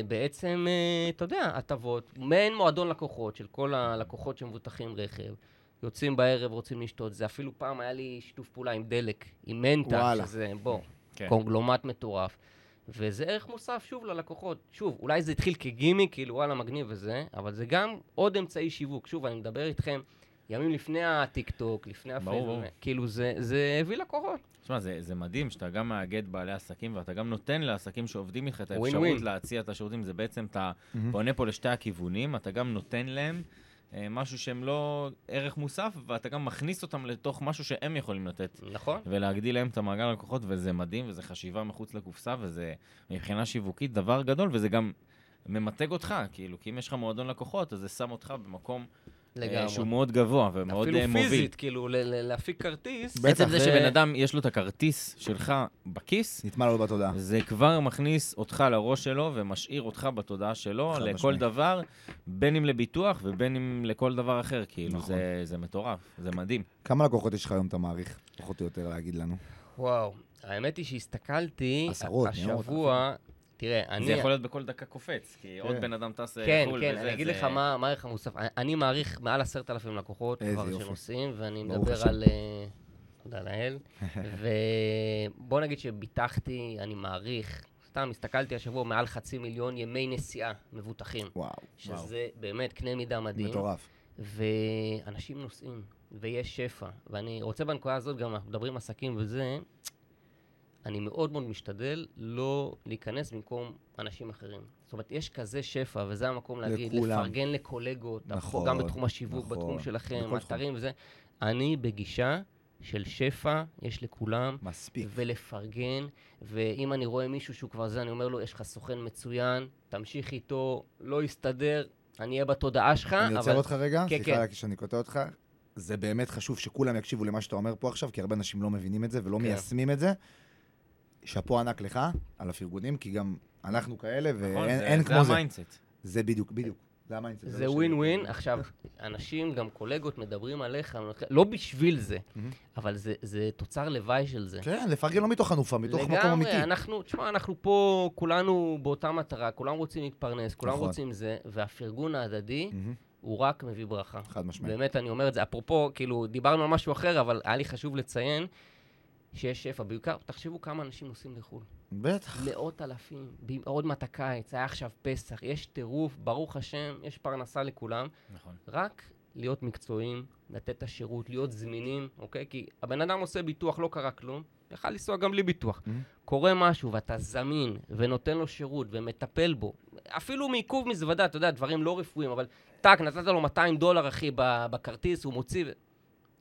Speaker 4: ובעצם, אה, אתה יודע, הטבות, מעין מועדון לקוחות של כל הלקוחות שמבוטחים רכב. יוצאים בערב, רוצים לשתות. זה אפילו פעם היה לי שיתוף פעולה עם דלק, עם מנטה,
Speaker 3: וואלה.
Speaker 4: שזה, בוא,
Speaker 2: כן.
Speaker 4: קונגלומט מטורף. וזה ערך מוסף, שוב, ללקוחות. שוב, אולי זה התחיל כגימיק, כאילו, וואלה, מגניב וזה, אבל זה גם עוד אמצעי שיווק. שוב, אני מדבר איתכם ימים לפני הטיקטוק, לפני
Speaker 2: ברור,
Speaker 4: הפייסבוק.
Speaker 2: ברור.
Speaker 4: כאילו, זה, זה הביא לקוחות.
Speaker 2: תשמע, זה, זה מדהים שאתה גם מאגד בעלי עסקים ואתה גם נותן לעסקים שעובדים איתך את
Speaker 4: Win-win.
Speaker 2: האפשרות להציע את השירותים. זה בעצם, אתה פונה פה לשתי הכיוונים, אתה גם נותן להם אה, משהו שהם לא ערך מוסף, ואתה גם מכניס אותם לתוך משהו שהם יכולים לתת.
Speaker 4: נכון?
Speaker 2: ולהגדיל להם את המעגל הלקוחות, וזה מדהים, וזה חשיבה מחוץ לקופסה, וזה מבחינה שיווקית דבר גדול, וזה גם ממתג אותך, כאילו, כי אם יש לך מועדון לקוחות, אז זה שם אותך במקום אה,
Speaker 4: לגמרי.
Speaker 2: שהוא מאוד גבוה ומאוד אה,
Speaker 4: אפילו
Speaker 2: מוביל.
Speaker 4: פיזית, כאילו, ל- ל- להפיק כרטיס.
Speaker 3: בטח,
Speaker 2: בעצם זה
Speaker 4: זה-
Speaker 2: שבן אה. אדם יש לו את הכרטיס שלך בכיס,
Speaker 3: נטמע לו בתודעה.
Speaker 2: זה כבר מכניס אותך לראש שלו ומשאיר אותך בתודעה שלו
Speaker 3: חד
Speaker 2: לכל
Speaker 3: משמעית.
Speaker 2: דבר, בין אם לביטוח ובין אם לכל דבר אחר. כאילו,
Speaker 3: נכון.
Speaker 2: זה, זה מטורף, זה מדהים.
Speaker 3: כמה לקוחות יש לך היום, אתה מעריך? פחות או יותר להגיד לנו.
Speaker 4: וואו, האמת היא שהסתכלתי
Speaker 3: עשרות, מאות,
Speaker 4: השבוע, תראה, אני...
Speaker 2: זה יכול להיות בכל דקה קופץ, כי עוד בן אדם טס אה,
Speaker 4: כן,
Speaker 2: לחו"ל
Speaker 4: כן,
Speaker 2: וזה,
Speaker 4: אני אגיד
Speaker 2: זה-
Speaker 4: לך מה מה הערך המוסף. אני- אני מעריך מעל עשרת אלפים לקוחות
Speaker 3: איזה
Speaker 4: כבר
Speaker 3: יופי.
Speaker 4: שנוסעים, ואני
Speaker 3: ברוך
Speaker 4: מדבר
Speaker 3: השם.
Speaker 4: על... אה, תודה לאל. ובוא נגיד שביטחתי, אני מעריך, סתם הסתכלתי השבוע, מעל חצי מיליון ימי נסיעה מבוטחים.
Speaker 3: וואו,
Speaker 4: שזה באמת קנה מידה מדהים.
Speaker 3: מטורף.
Speaker 4: ואנשים נוסעים, ויש שפע. ואני רוצה בנקודה הזאת, גם אנחנו מדברים עסקים וזה, אני מאוד מאוד משתדל לא להיכנס במקום אנשים אחרים. זאת אומרת, יש כזה שפע, וזה המקום להגיד,
Speaker 3: לכולם.
Speaker 4: לפרגן לקולגות,
Speaker 3: נכון,
Speaker 4: נכון, גם בתחום השיווק,
Speaker 3: נכון,
Speaker 4: נכון, בתחום שלכם,
Speaker 3: בכל תחום.
Speaker 4: אתרים וזה. אני בגישה של שפע, יש לכולם.
Speaker 3: מספיק.
Speaker 4: ולפרגן, ואם אני רואה מישהו שהוא כבר זה, אני אומר לו, יש לך סוכן מצוין, תמשיך איתו, לא יסתדר, אני אהיה בתודעה שלך,
Speaker 3: אני
Speaker 4: אבל...
Speaker 3: עוצר אותך רגע,
Speaker 4: כן,
Speaker 3: סליחה
Speaker 4: כן.
Speaker 3: רק שאני קוטע אותך. זה באמת חשוב שכולם יקשיבו למה שאתה אומר פה עכשיו, כי הרבה אנשים לא מבינים את זה ולא
Speaker 4: כן.
Speaker 3: מיישמים את זה. שאפו ענק לך על הפרגונים, כי גם אנחנו כאלה,
Speaker 2: נכון,
Speaker 3: ואין
Speaker 2: זה-
Speaker 3: אין כמו
Speaker 2: זה
Speaker 3: זה.
Speaker 2: המיינדסט.
Speaker 3: זה בדיוק, בדיוק. זה המיינדסט. זה לא
Speaker 4: זה
Speaker 3: מה
Speaker 4: ווין
Speaker 3: שאני-
Speaker 4: ווין. עכשיו, אנשים, גם קולגות, מדברים עליך, לא בשביל זה,
Speaker 3: מהמם.
Speaker 4: אבל זה- זה תוצר לוואי של זה.
Speaker 3: כן, לפרגן לא מתוך חנופה, מתוך מקום אמיתי.
Speaker 4: לגמרי, אנחנו, תשמע, אנחנו פה כולנו באותה מטרה, כולם רוצים להתפרנס, כולם
Speaker 3: נכון.
Speaker 4: רוצים זה, והפרגון ההדדי
Speaker 3: מהמם,
Speaker 4: הוא רק מביא ברכה.
Speaker 3: חד משמעית.
Speaker 4: באמת, אני אומר את זה. אפרופו, כאילו, דיברנו על משהו אחר, אבל היה לי חשוב לציין שיש שפע. בעיקר, תחשבו כמה אנשים נוסעים לחו"ל.
Speaker 3: בטח.
Speaker 4: מאות אלפים, ב- עוד מעט הקיץ, היה עכשיו פסח, יש טירוף, ברוך השם, יש פרנסה לכולם.
Speaker 2: נכון.
Speaker 4: רק להיות מקצועיים, לתת את השירות, להיות זמינים, אוקיי? כי הבן אדם עושה ביטוח, לא קרה כלום, יכל לנסוע גם בלי ביטוח.
Speaker 3: Mhm.
Speaker 2: Mm-hmm.
Speaker 4: קורה משהו ואתה זמין, ונותן לו שירות, ומטפל בו, אפילו מעיכוב מזוודה, אתה יודע, דברים לא רפואיים, אבל טאק, נתת לו 200 דולר, אחי, ב- בכרטיס, הוא מוציא... ו-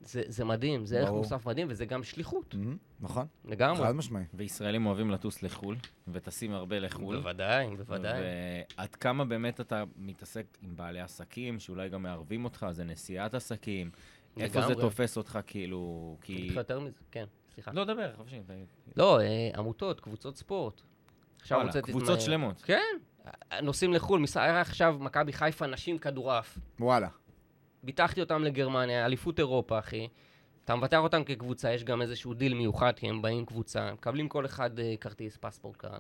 Speaker 4: זה, זה מדהים, זה ערך
Speaker 3: ברור.
Speaker 4: מוסף מדהים, וזה גם שליחות,
Speaker 3: מהמם, נכון,
Speaker 4: לגמרי.
Speaker 3: חד משמעית.
Speaker 2: וישראלים אוהבים לטוס לחו"ל, וטסים הרבה לחו"ל.
Speaker 4: בוודאי, בוודאי.
Speaker 2: ועד כמה באמת אתה מתעסק עם בעלי עסקים, שאולי גם מערבים אותך, זה נסיעת עסקים. איפה זה
Speaker 4: לגמרי.
Speaker 2: תופס אותך, כאילו...
Speaker 4: אני
Speaker 2: כי...
Speaker 4: אגיד לך יותר מזה, כן, סליחה.
Speaker 2: לא, דבר, חופשי. תגיד.
Speaker 4: לא, אה, עמותות, קבוצות ספורט. עכשיו
Speaker 2: וואלה,
Speaker 4: הוצאתי את
Speaker 2: קבוצות
Speaker 4: מה-
Speaker 2: שלמות.
Speaker 4: כן, נוסעים לחו"ל, מס- היה עכשיו מכבי חיפה, נשים כדורעף.
Speaker 3: וואלה.
Speaker 4: ביטחתי אותם לגרמניה, אליפות אירופה, אחי. אתה מבטח אותם כקבוצה, יש גם איזשהו דיל מיוחד, כי הם באים קבוצה, מקבלים כל אחד אה, כרטיס, פספורט כאן,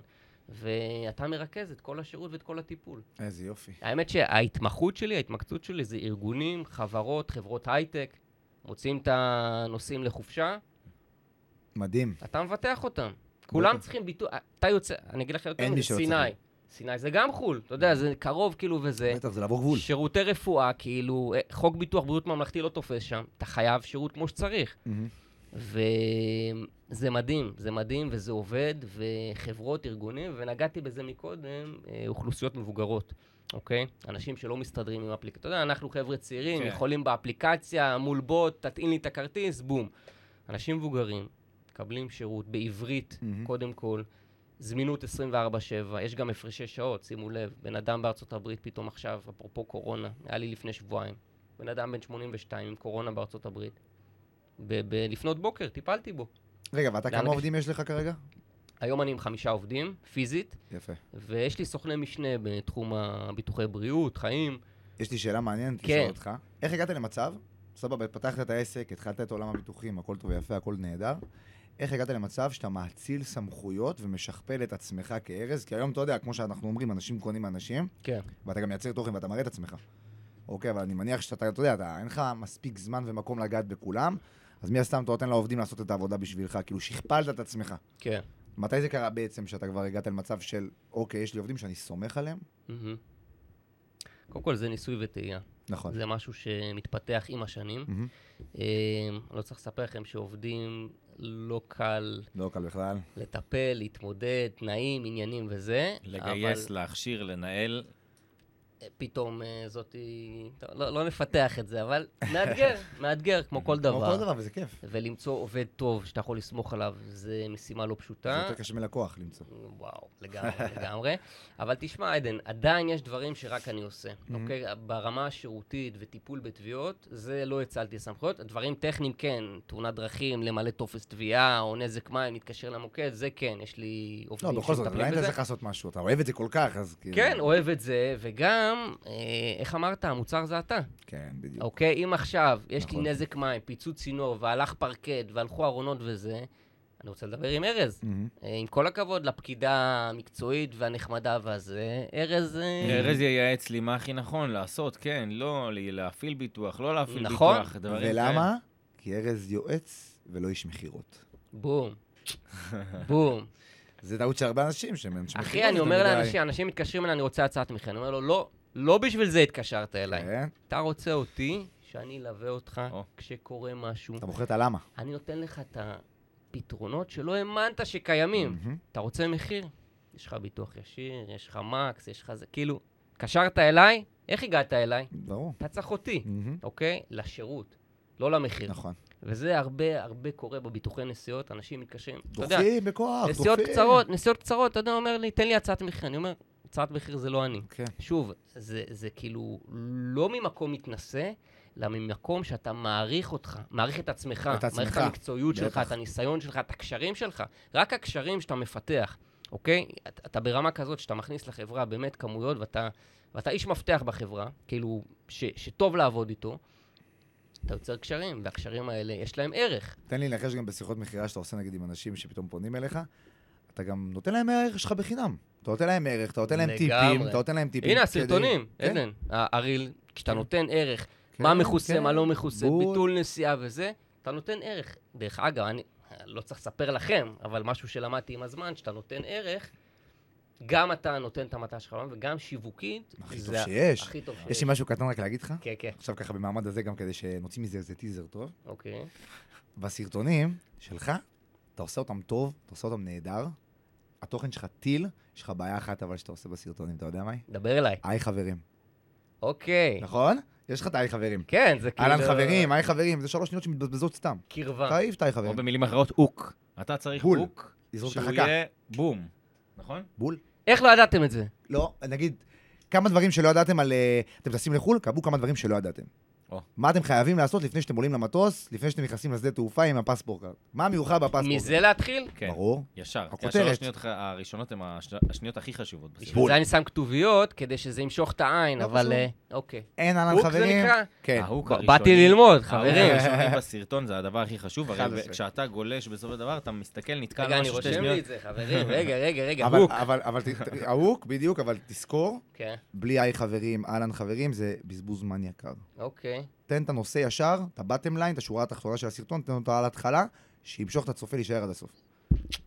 Speaker 4: ואתה מרכז את כל השירות ואת כל הטיפול.
Speaker 3: איזה יופי.
Speaker 4: האמת שההתמחות שלי, ההתמקצות שלי זה ארגונים, חברות, חברות הייטק, מוציאים את הנוסעים לחופשה,
Speaker 3: מדהים.
Speaker 4: אתה מבטח אותם. כולם
Speaker 3: בטח.
Speaker 4: צריכים ביטוח, אתה יוצא, אני אגיד לך יותר
Speaker 3: אין מי
Speaker 4: מזה,
Speaker 3: שלא
Speaker 4: סיני.
Speaker 3: צריך.
Speaker 4: סיני זה גם חו"ל, אתה יודע, זה קרוב כאילו וזה.
Speaker 3: בטח, זה לעבור גבול.
Speaker 4: שירותי רפואה, כאילו, אה, חוק ביטוח בריאות ממלכתי לא תופס שם, אתה חייב שירות כמו שצריך.
Speaker 3: מהמם.
Speaker 4: וזה מדהים, זה מדהים וזה עובד, וחברות, ארגונים, ונגעתי בזה מקודם, אה, אוכלוסיות מבוגרות, אוקיי? אנשים שלא מסתדרים עם אפליקציה. אתה יודע, אנחנו חבר'ה צעירים,
Speaker 2: כן.
Speaker 4: יכולים באפליקציה, מול בוט, תטעין לי את הכרטיס, בום. אנשים מבוגרים, מקבלים שירות בעברית,
Speaker 3: מהמם.
Speaker 4: קודם כל. זמינות 24/7, יש גם הפרשי שעות, שימו לב, בן אדם בארצות הברית פתאום עכשיו, אפרופו קורונה, היה לי לפני שבועיים, בן אדם בן 82 עם קורונה בארצות הברית. ב- ב- לפנות בוקר, טיפלתי בו.
Speaker 3: רגע, ואתה
Speaker 4: לאן
Speaker 3: כמה
Speaker 4: לקח-
Speaker 3: עובדים יש לך כרגע?
Speaker 4: היום אני עם חמישה עובדים, פיזית,
Speaker 3: יפה.
Speaker 4: ויש לי סוכני משנה בתחום הביטוחי בריאות, חיים.
Speaker 3: יש לי שאלה מעניינת
Speaker 4: כן.
Speaker 3: לשאול אותך. איך הגעת למצב, סבבה, פתחת את העסק, התחלת את עולם הביטוחים, הכל טוב ויפה, הכל נהדר. איך הגעת למצב שאתה מאציל סמכויות ומשכפל את עצמך כארז? כי היום, אתה יודע, כמו שאנחנו אומרים, אנשים קונים מאנשים,
Speaker 4: כן.
Speaker 3: ואתה גם מייצר תוכן ואתה מראה את עצמך. אוקיי, אבל אני מניח שאתה, אתה יודע, אתה, אין לך מספיק זמן ומקום לגעת בכולם, אז מן הסתם אתה נותן לעובדים לעשות את העבודה בשבילך, כאילו שכפלת את עצמך.
Speaker 4: כן.
Speaker 3: מתי זה קרה בעצם, שאתה כבר הגעת למצב של, אוקיי, יש לי עובדים שאני סומך עליהם?
Speaker 4: מהמם. קודם כל זה ניסוי וטעייה.
Speaker 3: נכון.
Speaker 4: זה משהו שמתפתח עם השנים.
Speaker 3: מהמם.
Speaker 4: אה, לא צריך לספר לכם שעובדים לא קל
Speaker 3: לא קל בכלל.
Speaker 4: לטפל, להתמודד, תנאים, עניינים וזה.
Speaker 2: לגייס,
Speaker 4: אבל
Speaker 2: להכשיר, לנהל.
Speaker 4: פתאום אה, זאתי... טוב, לא, לא נפתח את זה, אבל מאתגר, מאתגר כמו כל
Speaker 3: כמו כל
Speaker 4: דבר.
Speaker 3: לא דבר, וזה כיף.
Speaker 4: ולמצוא עובד טוב שאתה יכול לסמוך עליו, זה משימה לא
Speaker 3: זה
Speaker 4: פשוטה.
Speaker 3: יותר קשה מלקוח למצוא.
Speaker 4: וואו, לגמרי, לגמרי. אבל תשמע, עדן, עדיין יש דברים שרק אני עושה,
Speaker 3: Mm-hmm.
Speaker 4: אוקיי? ברמה השירותית וטיפול בתביעות, זה לא הצלתי סמכויות. דברים טכניים, כן, תאונת דרכים, למלא טופס תביעה, או נזק מים, להתקשר למוקד, זה כן, יש לי
Speaker 3: לא,
Speaker 4: עובדים
Speaker 3: בכל זאת,
Speaker 4: שמטפלים
Speaker 3: עדיין אתה
Speaker 4: בזה.
Speaker 3: צריך לעשות משהו, אתה אוהב את זה כל כך, אז כאילו...
Speaker 4: כן, אוהב את זה, וגם, אה, איך אמרת, המוצר זה אתה.
Speaker 3: כן, בדיוק.
Speaker 4: אוקיי, אם עכשיו יש לי
Speaker 3: נכון.
Speaker 4: נזק מים, פיצוץ צינור, והלך פרקט, והלכו ארונות וזה, אני רוצה לדבר עם ארז.
Speaker 3: מהמם.
Speaker 4: אה, עם כל הכבוד לפקידה המקצועית והנחמדה והזה, ארז... אה,
Speaker 2: ארז ייעץ לי מה הכי נכון לעשות, כן, לא, ל- להפעיל ביטוח, לא להפעיל
Speaker 4: נכון.
Speaker 2: ביטוח, דברים כאלה.
Speaker 3: ולמה? כי ארז יועץ ולא איש מכירות.
Speaker 4: בום. בום.
Speaker 3: זה טעות של הרבה אנשים שהם אנשים מכירות.
Speaker 4: אחי, אני אומר
Speaker 3: יותר מדי.
Speaker 4: לאנשים, אנשים מתקשרים אליי, אני רוצה הצעת מחיר. אני אומר לו, לא, לא בשביל זה התקשרת אליי.
Speaker 3: כן,
Speaker 4: אתה רוצה אותי, שאני אלווה אותך
Speaker 2: אה?" או.
Speaker 4: כשקורה משהו.
Speaker 3: אתה מוכר את הלמה.
Speaker 4: אני נותן לך את הפתרונות שלא האמנת
Speaker 2: אה.
Speaker 4: שקיימים.
Speaker 3: מהמם.
Speaker 4: אתה רוצה מחיר? יש לך ביטוח ישיר, יש לך מקס, יש לך זה, כאילו, קשרת אליי, איך הגעת אליי?
Speaker 3: ברור.
Speaker 4: אתה צריך אותי,
Speaker 2: אה.
Speaker 3: מהמם.
Speaker 4: אוקיי? לשירות, לא למחיר.
Speaker 3: נכון.
Speaker 4: וזה הרבה הרבה קורה בביטוחי נסיעות, אנשים מתקשרים. אתה יודע,
Speaker 3: דוחים בכוח, דוחים.
Speaker 4: נסיעות קצרות, נסיעות קצרות, אתה יודע, אומר לי, תן לי הצעת מחיר. אני אומר, הצעת מחיר זה לא אני.
Speaker 3: כן.
Speaker 4: שוב, זה, זה כאילו לא ממקום מתנשא, אלא ממקום שאתה מעריך אותך, מעריך את עצמך,
Speaker 3: את עצמך,
Speaker 4: מעריך את המקצועיות שלך,
Speaker 3: בטח.
Speaker 4: את הניסיון שלך, את הקשרים שלך, רק הקשרים שאתה מפתח, אוקיי? אתה, אתה ברמה כזאת שאתה מכניס לחברה באמת כמויות, ואתה, ואתה איש מפתח בחברה, כאילו, ש, שטוב לעבוד איתו. אתה יוצר קשרים, והקשרים האלה, יש להם ערך.
Speaker 3: תן לי לנחש גם בשיחות מכירה שאתה עושה נגיד עם אנשים שפתאום פונים אליך, אתה גם נותן להם הערך שלך בחינם. אתה נותן להם ערך, אתה נותן להם טיפים,
Speaker 4: לגמרי.
Speaker 3: אתה נותן להם טיפים.
Speaker 4: הנה,
Speaker 3: כדי-
Speaker 4: הסרטונים,
Speaker 3: כן,
Speaker 4: עדן, הריל, כשאתה
Speaker 3: כן.
Speaker 4: נותן ערך,
Speaker 3: כן,
Speaker 4: מה מכוסה,
Speaker 3: כן.
Speaker 4: מה לא מכוסה,
Speaker 3: בול.
Speaker 4: ביטול נסיעה וזה, אתה נותן ערך. דרך אגב, אני לא צריך לספר לכם, אבל משהו שלמדתי עם הזמן, כשאתה נותן ערך, גם אתה נותן את המטרה שלך, וגם שיווקית,
Speaker 3: הכי טוב
Speaker 4: זה
Speaker 3: שיש.
Speaker 4: הכי טוב
Speaker 3: יש
Speaker 4: שיש.
Speaker 3: לי משהו קטן רק להגיד לך?
Speaker 4: כן, כן,
Speaker 3: עכשיו ככה במעמד הזה גם כדי שנוציא מזה איזה טיזר טוב.
Speaker 4: אוקיי.
Speaker 3: בסרטונים שלך, אתה עושה אותם טוב, אתה עושה אותם נהדר. התוכן שלך טיל, יש לך בעיה אחת אבל שאתה עושה בסרטונים, אתה יודע מה היא?
Speaker 4: דבר אליי.
Speaker 3: היי חברים.
Speaker 4: אוקיי.
Speaker 3: נכון? יש לך את היי חברים.
Speaker 4: כן, זה כאילו...
Speaker 3: אהלן
Speaker 2: אה,
Speaker 3: חברים, היי חברים, זה שלוש שניות שמתבזבזות סתם.
Speaker 4: קרבה.
Speaker 3: תעיף את היי
Speaker 2: כן. או
Speaker 3: חברים.
Speaker 2: במילים אחרות, אוק. אתה צריך
Speaker 3: בול.
Speaker 2: אוק,
Speaker 3: יזרוק את
Speaker 2: שהוא
Speaker 3: החכה.
Speaker 2: יהיה בום, נכון?
Speaker 3: בול.
Speaker 4: איך לא ידעתם את זה?
Speaker 3: לא, נגיד, כמה דברים שלא ידעתם על... אה, אתם טסים לחו"ל, קבעו כמה דברים שלא ידעתם.
Speaker 2: או.
Speaker 3: מה אתם חייבים לעשות לפני שאתם עולים למטוס, לפני שאתם נכנסים לשדה תעופה עם הפספורט. מה מיוחד בפספורט?
Speaker 4: מזה להתחיל?
Speaker 2: כן,
Speaker 3: ברור.
Speaker 2: ישר. כי
Speaker 3: הכותרת.
Speaker 2: השלוש שניות ח- הראשונות הן הש- השניות הכי חשובות. בסרט.
Speaker 4: בשביל זה אני שם כתוביות, כדי שזה ימשוך את העין,
Speaker 3: לא
Speaker 4: אבל...
Speaker 3: חשוב.
Speaker 4: אה, אוקיי.
Speaker 3: אין אהלן
Speaker 4: אוק זה
Speaker 3: חברים.
Speaker 4: נקרא?
Speaker 3: כן.
Speaker 2: ההוק
Speaker 4: ב-
Speaker 2: הראשוני.
Speaker 4: באתי ללמוד,
Speaker 2: ההוק
Speaker 4: חברים.
Speaker 2: הראשוני בסרטון זה הדבר הכי חשוב,
Speaker 3: חד
Speaker 2: הרי
Speaker 3: משמעית.
Speaker 2: כשאתה גולש בסוף הדבר, אתה מסתכל, נתקע
Speaker 4: רגע,
Speaker 2: על
Speaker 4: אני
Speaker 2: משהו שתי
Speaker 4: רושם לי
Speaker 2: שניות.
Speaker 4: את זה, חברים. רגע, רגע, רגע,
Speaker 3: אבל-
Speaker 4: הוק.
Speaker 3: אבל, אבל, ת- ת- ההוק, בדיוק, אבל תזכור,
Speaker 4: כן,
Speaker 3: בלי היי חברים, אהלן חברים, זה בזבוז זמן יקר.
Speaker 4: אוקיי.
Speaker 3: תן את הנושא ישר, את הבטם ליין, את השורה התחתונה של הסרטון, תן אותה על ההתחלה, שימשוך את הצופה להישאר עד הסוף.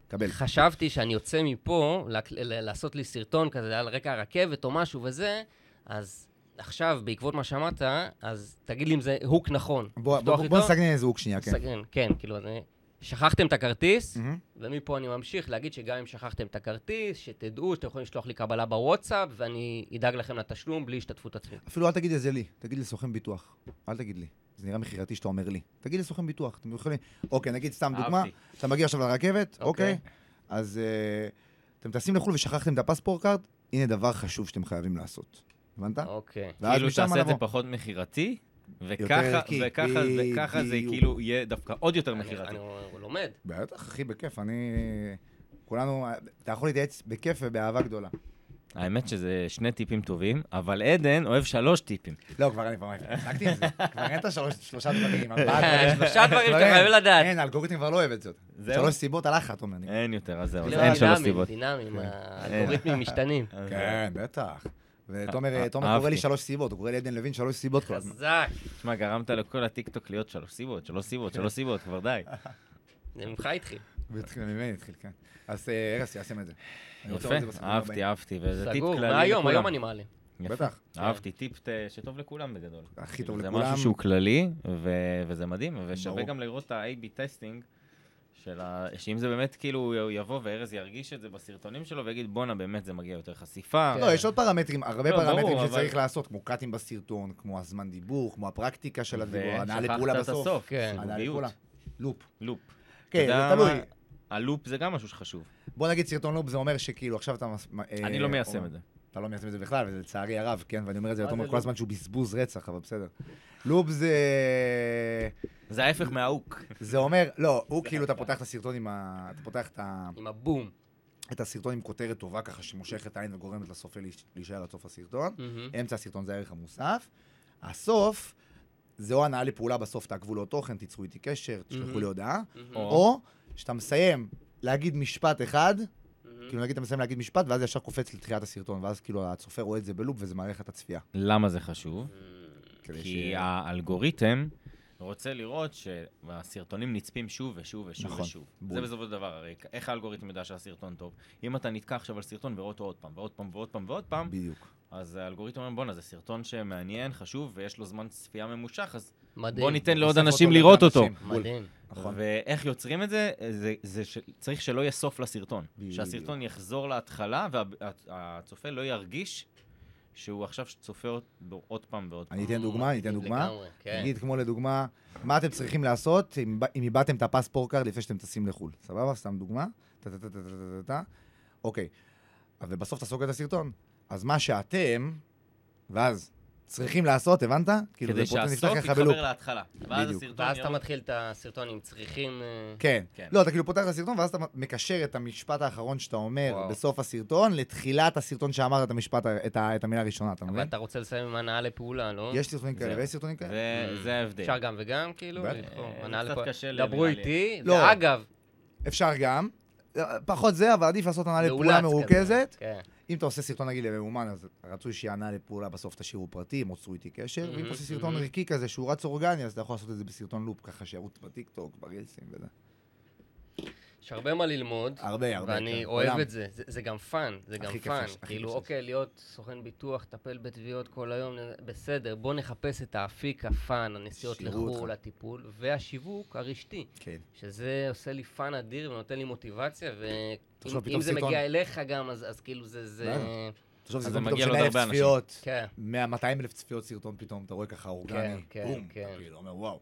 Speaker 3: קבל.
Speaker 4: חשבתי שאני יוצא מפה לק- ל- לעשות לי סרטון כזה על רקע הרכבת או משהו וזה, אז עכשיו, בעקבות מה שאמרת, אז תגיד לי אם זה הוק נכון.
Speaker 3: בוא-
Speaker 4: לפתוח
Speaker 3: בוא בוא
Speaker 4: איתו?
Speaker 3: נסגנן איזה הוק שנייה, כן. Mm.
Speaker 4: סגן, כן, כאילו, אני- שכחתם את הכרטיס,
Speaker 3: מהמם.
Speaker 4: ומפה אני ממשיך להגיד שגם אם שכחתם את הכרטיס, שתדעו שאתם יכולים לשלוח לי קבלה בוואטסאפ, ואני אדאג לכם לתשלום בלי השתתפות עצמית.
Speaker 3: אפילו אל תגיד את זה לי, תגיד לסוכן ביטוח. אל תגיד לי. זה נראה מכירתי שאתה אומר לי. תגיד לסוכן ביטוח, אתם יכולים... אוקיי, נגיד סתם דוגמה,
Speaker 2: אהבתי.
Speaker 3: אתה מגיע עכשיו לרכבת,
Speaker 4: אוקיי.
Speaker 3: אוקיי? אז אה, אתם טסים לחו"ל ושכחתם את הפספורט קארד, הנה דבר חשוב שאתם חייבים לעשות. הבנת?
Speaker 4: אוקיי.
Speaker 3: ואז
Speaker 2: כאילו
Speaker 3: משם
Speaker 2: תעשה את זה
Speaker 3: נבוא.
Speaker 2: פחות מכירתי,
Speaker 3: יותר
Speaker 2: וככה
Speaker 3: ערכי,
Speaker 2: וככה זה- ככה זה
Speaker 3: בדיוק.
Speaker 2: כאילו יהיה דווקא עוד יותר
Speaker 4: אני
Speaker 2: מכירתי.
Speaker 4: אני לומד.
Speaker 3: בטח, אחי, בכיף, אני... כולנו... אתה יכול להתייעץ בכיף ובאהבה גדולה.
Speaker 2: האמת שזה שני טיפים טובים, אבל עדן אוהב שלוש טיפים.
Speaker 3: לא, כבר אני כבר הפסקתי עם זה. כבר אין את השלוש- שלושה דברים, ארבעה דברים.
Speaker 4: שלושה דברים שאתה
Speaker 3: כבר אין.
Speaker 4: חייב לדעת.
Speaker 3: אין, האלגוריתם כבר לא אוהב את זאת.
Speaker 2: זהו? אה,
Speaker 3: שלוש סיבות על אחת, אומר. אני
Speaker 2: אין יותר, אז זהו, אז
Speaker 4: לא,
Speaker 2: אין שלוש
Speaker 4: דינאמי,
Speaker 2: סיבות.
Speaker 4: דינאמי, האלגוריתמים משתנים.
Speaker 2: אז-
Speaker 3: כן, בטח.
Speaker 2: אה,
Speaker 3: ותומר תומר
Speaker 2: אהבתי.
Speaker 3: קורא לי שלוש סיבות, הוא קורא לי עדן לוין שלוש סיבות כל הזמן.
Speaker 4: חזק.
Speaker 2: תשמע, גרמת לכל הטיקטוק להיות שלוש סיבות, שלוש סיבות,
Speaker 3: כן.
Speaker 2: שלוש סיבות, כבר די.
Speaker 4: זה ממך התחיל.
Speaker 3: והתחיל- ממני התחיל, כן. אז אה, ארז, תעשם את זה. אני רוצה
Speaker 2: יפה,
Speaker 3: לראות את זה בסרטונים
Speaker 2: אהבתי,
Speaker 3: הבאים.
Speaker 2: אהבתי, וזה טיפ כללי
Speaker 4: סגור,
Speaker 2: לכולם.
Speaker 4: מהיום, היום אני מעלה.
Speaker 2: יפה.
Speaker 3: בטח.
Speaker 2: אהבתי, טיפ אה, שטוב לכולם בגדול.
Speaker 3: כן. הכי טוב
Speaker 2: זה
Speaker 3: לכולם.
Speaker 2: משהו שהוא כללי, ו- וזה מדהים, ושווה
Speaker 3: ברור.
Speaker 2: גם לראות את ה-AB טסטינג, של ה... שאם זה באמת כאילו הוא יבוא וארז ירגיש את זה בסרטונים שלו ויגיד בואנה באמת זה מגיע יותר חשיפה.
Speaker 4: כן.
Speaker 3: לא, יש עוד פרמטרים, הרבה
Speaker 2: לא,
Speaker 3: פרמטרים
Speaker 2: ברור,
Speaker 3: שצריך
Speaker 2: אבל-
Speaker 3: לעשות, כמו קאטים בסרטון, כמו הזמן דיבור, כמו הפרקטיקה של הדיבור, הנאה
Speaker 2: ושכחת
Speaker 3: לפעולה
Speaker 2: את
Speaker 3: בסוף.
Speaker 2: הסוף,
Speaker 4: כן.
Speaker 3: הנאה
Speaker 2: זוגיות,
Speaker 3: לפעולה. לופ.
Speaker 2: לופ.
Speaker 3: כן,
Speaker 2: אתה יודע
Speaker 3: זה תלוי.
Speaker 2: מה? הלופ זה גם משהו שחשוב.
Speaker 3: בוא נגיד סרטון לופ, זה אומר שכאילו עכשיו אתה... מס- אה,
Speaker 2: אני לא מיישם
Speaker 3: אומר-
Speaker 2: את זה. אה,
Speaker 3: אתה לא מיישם את זה בכלל, וזה לצערי הרב, כן? ואני אומר את זה
Speaker 4: מה זה
Speaker 3: לתומר כל
Speaker 4: לופ?
Speaker 3: הזמן שהוא בזבוז רצח, אבל בסדר. לופ זה...
Speaker 2: זה ההפך מהאוק.
Speaker 3: זה אומר, לא, הוא כאילו, אתה פותח את הסרטון עם ה... אתה פותח את ה...
Speaker 4: עם הבום.
Speaker 3: את הסרטון עם כותרת טובה ככה שמושכת עין וגורמת לסופר להיש- להישאר עד סוף הסרטון. אמצע הסרטון זה הערך המוסף. הסוף, זה או הנאה לפעולה בסוף, תעקבו לו תוכן, תיצרו איתי קשר, תשלחו לי הודעה.
Speaker 4: מהמם.
Speaker 2: או-
Speaker 3: או שאתה מסיים להגיד משפט אחד,
Speaker 4: מהמם.
Speaker 3: כאילו נגיד אתה מסיים להגיד משפט, ואז ישר קופץ לתחילת הסרטון, ואז כאילו הצופה רואה את זה בלופ וזה מעלה לך את הצפייה.
Speaker 2: למה זה חשוב?
Speaker 3: כדי
Speaker 2: כי
Speaker 3: ש-
Speaker 2: האלגוריתם רוצה לראות שהסרטונים נצפים שוב ושוב ושוב
Speaker 3: נכון,
Speaker 2: ושוב.
Speaker 3: בול.
Speaker 2: זה בסופו של דבר, הרי איך האלגוריתם יודע שהסרטון טוב? אם אתה נתקע עכשיו על סרטון ורואה אותו עוד פעם, ועוד פעם, ועוד פעם, ועוד פעם,
Speaker 3: בדיוק.
Speaker 2: אז האלגוריתם אומר, בואנה, זה סרטון שמעניין, חשוב, ויש לו זמן צפייה ממושך, אז
Speaker 4: מדהים.
Speaker 2: בוא ניתן לעוד
Speaker 3: חושף
Speaker 2: אנשים
Speaker 3: אותו
Speaker 2: לראות
Speaker 3: לאנשים.
Speaker 2: אותו.
Speaker 3: בול.
Speaker 4: מדהים.
Speaker 3: נכון.
Speaker 2: ואיך יוצרים את זה? זה, זה ש... צריך שלא יהיה סוף לסרטון.
Speaker 3: בדיוק.
Speaker 2: שהסרטון יחזור להתחלה והצופה לא ירגיש שהוא עכשיו צופה עוד- עוד פעם ועוד פעם.
Speaker 3: אני אתן דוגמה, אני אתן דוגמה.
Speaker 4: לגמרי, כן.
Speaker 3: נגיד, כמו לדוגמה, מה אתם צריכים לעשות אם ב- אם איבדתם את הפס פורקארד לפני שאתם טסים לחו"ל. סבבה? סתם דוגמה. טה-טה-טה-טה-טה-טה. אוקיי. ובסוף אתה סוגר את הסרטון. אז מה שאתם, ואז, צריכים לעשות, הבנת? כאילו,
Speaker 2: כדי
Speaker 3: זה פרוטוקול נפתח
Speaker 2: שהסוף
Speaker 3: ככה בלופ.
Speaker 2: יתחבר להתחלה. ואז
Speaker 3: בדיוק.
Speaker 2: הסרטון
Speaker 4: ואז אתה
Speaker 2: ירוק.
Speaker 4: מתחיל את הסרטון עם צריכים... אה,
Speaker 3: כן.
Speaker 2: כן.
Speaker 3: לא, אתה כאילו פותח את הסרטון, ואז אתה מקשר את המשפט האחרון שאתה אומר
Speaker 4: וואו.
Speaker 3: בסוף הסרטון, לתחילת הסרטון שאמרת את המשפט, ה- את ה- את המילה הראשונה, אתה
Speaker 4: אבל
Speaker 3: מבין?
Speaker 4: אתה רוצה לסיים עם הנאה לפעולה, לא?
Speaker 3: כן. יש סרטונים כאלה
Speaker 2: זהו.
Speaker 3: ויש סרטונים כאלה.
Speaker 2: זה-
Speaker 4: Mm.
Speaker 2: אה, זה ההבדל.
Speaker 4: אפשר גם וגם, כאילו?
Speaker 3: בטח.
Speaker 4: לבחור.
Speaker 2: אה, זה
Speaker 4: הנאה
Speaker 2: קצת
Speaker 4: לפעולה.
Speaker 2: קשה,
Speaker 4: דברו
Speaker 2: נראה לי.
Speaker 4: איתי.
Speaker 3: לא.
Speaker 4: ואגב,
Speaker 3: אפשר גם. פחות זה, אבל עדיף לעשות הנאה לפעולה
Speaker 4: מאולץ
Speaker 3: מרוכזת.
Speaker 4: כזה. כן.
Speaker 3: אם אתה עושה סרטון נגיד למאומן, אז רצוי שיהיה הנאה לפעולה בסוף תשאירו פרטים, עוצרו איתי קשר. ואם
Speaker 4: מהמם,
Speaker 3: אתה עושה סרטון
Speaker 4: מהמם.
Speaker 3: ערכי כזה שהוא רץ אורגני, אז אתה יכול לעשות את זה בסרטון לופ, ככה שירוץ בטיקטוק, ברילסים וזה.
Speaker 4: יש הרבה מה ללמוד.
Speaker 3: הרבה, הרבה.
Speaker 4: ואני
Speaker 3: כן.
Speaker 4: אוהב
Speaker 3: עולם.
Speaker 4: את זה, זה, זה גם פאן, זה גם
Speaker 3: הכי כיף
Speaker 4: פאן.
Speaker 3: שיש, הכי
Speaker 4: כאילו,
Speaker 3: כיף שיש.
Speaker 4: אוקיי, להיות סוכן ביטוח, טפל בתביעות כל היום, בסדר, בוא נחפש את האפיק הפאן, הנסיעות
Speaker 3: שיראו
Speaker 4: לחו"ל,
Speaker 3: אותך.
Speaker 4: הטיפול, והשיווק הרשתי,
Speaker 3: כן.
Speaker 4: שזה עושה לי פאן אדיר ונותן לי מוטיבציה,
Speaker 3: תחשוב,
Speaker 4: ואם אם
Speaker 3: פתאום
Speaker 4: זה
Speaker 3: סרטון. אה.
Speaker 4: מגיע אליך גם, אז, אז כאילו זה... זה...
Speaker 3: תחשוב,
Speaker 2: אז
Speaker 3: סרטון
Speaker 2: זה
Speaker 3: פתאום
Speaker 2: מגיע
Speaker 3: של
Speaker 2: לעוד
Speaker 3: 100,000
Speaker 2: הרבה אנשים.
Speaker 3: צפיות.
Speaker 4: כן.
Speaker 3: 200 אלף צפיות סרטון פתאום, אתה רואה ככה אורגני,
Speaker 4: כן,
Speaker 3: בום,
Speaker 4: כן.
Speaker 3: אתה כאילו אומר וואו.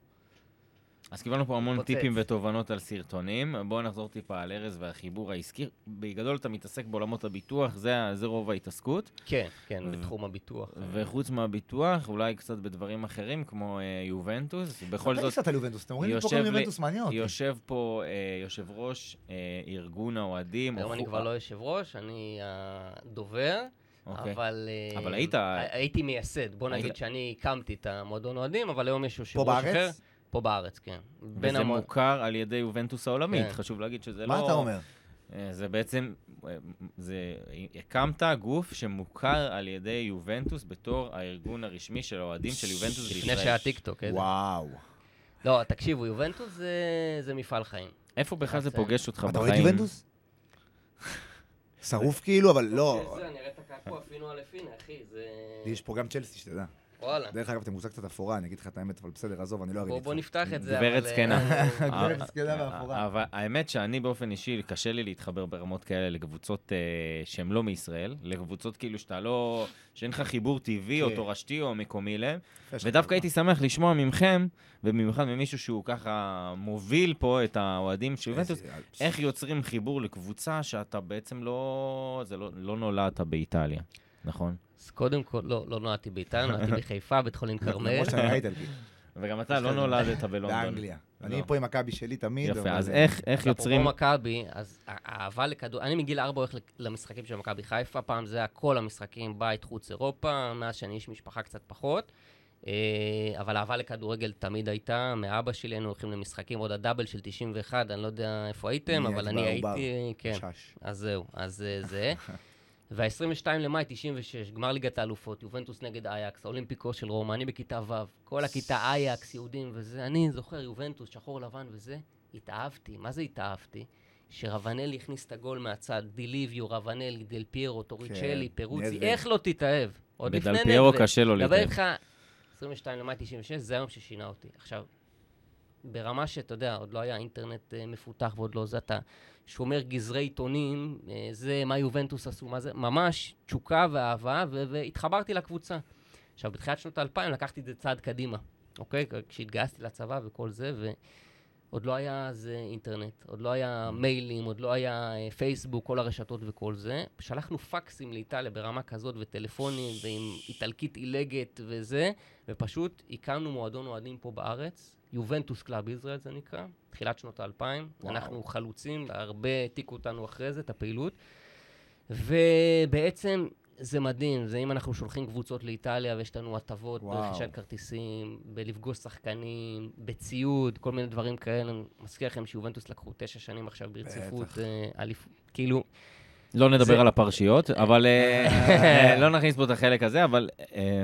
Speaker 2: אז קיבלנו פה המון
Speaker 4: פוצץ.
Speaker 2: טיפים ותובנות על סרטונים. בואו נחזור טיפה על ארז והחיבור העסקי. בגדול אתה מתעסק בעולמות הביטוח, זה, זה רוב ההתעסקות.
Speaker 4: כן,
Speaker 3: אה.
Speaker 4: כן, בתחום הביטוח.
Speaker 2: וחוץ מהביטוח, אולי קצת בדברים אחרים, כמו אה, יובנטוס. בכל
Speaker 3: תן לי
Speaker 2: זאת,
Speaker 3: קצת על יובנטוס, אתם אומרים לי פה
Speaker 2: יושב
Speaker 3: כל מיני
Speaker 2: לי-
Speaker 3: יובנטוס מעניין אותי.
Speaker 2: יושב פה אה, יושב ראש אה, ארגון האוהדים.
Speaker 4: היום
Speaker 2: או
Speaker 4: אני
Speaker 2: חו-
Speaker 4: כבר לא יושב ראש, אני הדובר.
Speaker 2: אוקיי.
Speaker 4: אבל... אה,
Speaker 2: אבל היית-
Speaker 4: הייתי מייסד, בוא נגיד
Speaker 2: היית-
Speaker 4: שאני הקמתי את המועדון אוהדים, אבל היום יש
Speaker 3: פה
Speaker 4: יושב-ראש אחר.
Speaker 3: בארץ?
Speaker 4: פה בארץ, כן. בין
Speaker 2: וזה
Speaker 4: המועד-
Speaker 2: מוכר על ידי יובנטוס העולמית.
Speaker 4: כן.
Speaker 2: חשוב להגיד שזה לא...
Speaker 3: מה אתה אומר?
Speaker 2: אה, זה בעצם, אה, זה, הקמת גוף שמוכר על ידי יובנטוס בתור הארגון הרשמי של האוהדים של יובנטוס בישראל.
Speaker 4: לפני שהיה טיקטוק. איזה-
Speaker 3: וואו.
Speaker 4: לא, תקשיבו, יובנטוס זה- זה מפעל חיים.
Speaker 2: איפה בכלל זה
Speaker 4: בסדר.
Speaker 2: פוגש אותך בחיים?
Speaker 3: אתה רואה את יובנטוס? שרוף כאילו, אבל לא.
Speaker 4: זה, נראה את הקעקוע פינו על הפינה, אחי, זה...
Speaker 3: יש פה גם צ'לסי, שתדע.
Speaker 4: וואלה.
Speaker 3: דרך אגב, אתם קבוצה קצת אפורה, אני אגיד לך את האמת, אבל בסדר, עזוב, אני לא אריב
Speaker 4: בוא-
Speaker 3: איתך.
Speaker 4: בוא נפתח את כן, זה.
Speaker 2: גברת
Speaker 4: אבל,
Speaker 2: זקנה.
Speaker 4: אה,
Speaker 2: אה,
Speaker 3: הגברת זקנה
Speaker 2: אה,
Speaker 3: מאחורה.
Speaker 2: אבל האמת שאני באופן אישי, קשה לי להתחבר ברמות כאלה לקבוצות אה, שהן לא מישראל, לקבוצות כאילו שאתה לא... שאין לך חיבור טבעי או
Speaker 3: כן.
Speaker 2: תורשתי או מקומי להם.
Speaker 3: יש לך
Speaker 2: ודווקא
Speaker 3: כמה.
Speaker 2: הייתי שמח לשמוע מכם, ובמיוחד ממישהו שהוא ככה מוביל פה את האוהדים של יובנטוס,
Speaker 3: איזה- אה,
Speaker 2: איך יוצרים חיבור לקבוצה שאתה בעצם לא... זה לא, לא נולדת באיטליה, נכון?
Speaker 4: אז קודם כל, לא, לא נועדתי באיתנו, נועדתי בחיפה, בית חולים כרמל.
Speaker 3: למרות שאני איטלקי,
Speaker 2: וגם אתה לא נולדת בלונדון.
Speaker 3: באנגליה. אני
Speaker 2: לא.
Speaker 3: פה עם מכבי שלי תמיד.
Speaker 2: יפה,
Speaker 3: אבל-
Speaker 2: אז איך, איך יוצרים...
Speaker 4: אפרופו מכבי, אז האהבה לכדור... אני מגיל ארבע הולך למשחקים של מכבי חיפה, פעם זה היה כל המשחקים, בית, חוץ, אירופה, מאז שאני איש משפחה קצת פחות. אה, אבל האהבה לכדורגל תמיד הייתה, מאבא שלי היינו הולכים למשחקים, עוד הדאבל של 91, אני לא יודע איפה הייתם,
Speaker 3: אני
Speaker 4: אבל
Speaker 3: הייתי
Speaker 4: אני
Speaker 3: בעובר.
Speaker 4: הייתי... כן.
Speaker 3: שש.
Speaker 4: אז זהו, אז אה, זה. וה-22 למאי 96, גמר ליגת האלופות, יובנטוס נגד אייקס, אולימפיקו של רומא, אני בכיתה ו', כל הכיתה אייקס, יהודים וזה, אני זוכר יובנטוס, שחור לבן וזה, התאהבתי, מה זה התאהבתי? שרבנלי הכניס את הגול מהצד, דיליביו, רבנלי, דל פיירו, טוריצ'לי,
Speaker 3: כן,
Speaker 4: פרוצי,
Speaker 3: נדווד.
Speaker 4: איך לא תתאהב? עוד לפני
Speaker 2: בדל
Speaker 4: נדווד.
Speaker 2: פיירו קשה לו
Speaker 4: דבר
Speaker 2: להתאהב.
Speaker 4: איתך, 22 למאי 96, זה היום ששינה אותי. עכשיו, ברמה שאתה יודע, עוד לא היה אינטרנט אה, מפותח ועוד לא זה, אתה שומר גזרי עיתונים, אה, זה מה יובנטוס עשו, מה זה, ממש תשוקה ואהבה, ו- והתחברתי לקבוצה. עכשיו, בתחילת שנות האלפיים לקחתי את זה צעד קדימה, אוקיי? כ- כשהתגייסתי לצבא וכל זה, ו... עוד לא היה אז אה, אינטרנט, עוד לא היה מיילים, עוד לא היה אה, פייסבוק, כל הרשתות וכל זה. שלחנו פקסים לאיטליה ברמה כזאת, וטלפונים, ועם איטלקית עילגת וזה, ופשוט הקמנו מועדון אוהדים פה בארץ, יובנטוס קלאב ישראל זה נקרא, תחילת שנות האלפיים.
Speaker 3: וואו.
Speaker 4: אנחנו חלוצים, הרבה העתיקו אותנו אחרי זה, את הפעילות. ובעצם זה מדהים, זה אם אנחנו שולחים קבוצות לאיטליה ויש לנו הטבות
Speaker 3: וואו.
Speaker 4: ברכישת כרטיסים, בלפגוש שחקנים, בציוד, כל מיני דברים כאלה. אני מזכיר לכם שיובנטוס לקחו תשע שנים עכשיו ברציפות, אה, אליפ... כאילו,
Speaker 2: לא נדבר
Speaker 4: זה-
Speaker 2: על הפרשיות, אבל אה, לא נכניס פה את החלק הזה, אבל אה,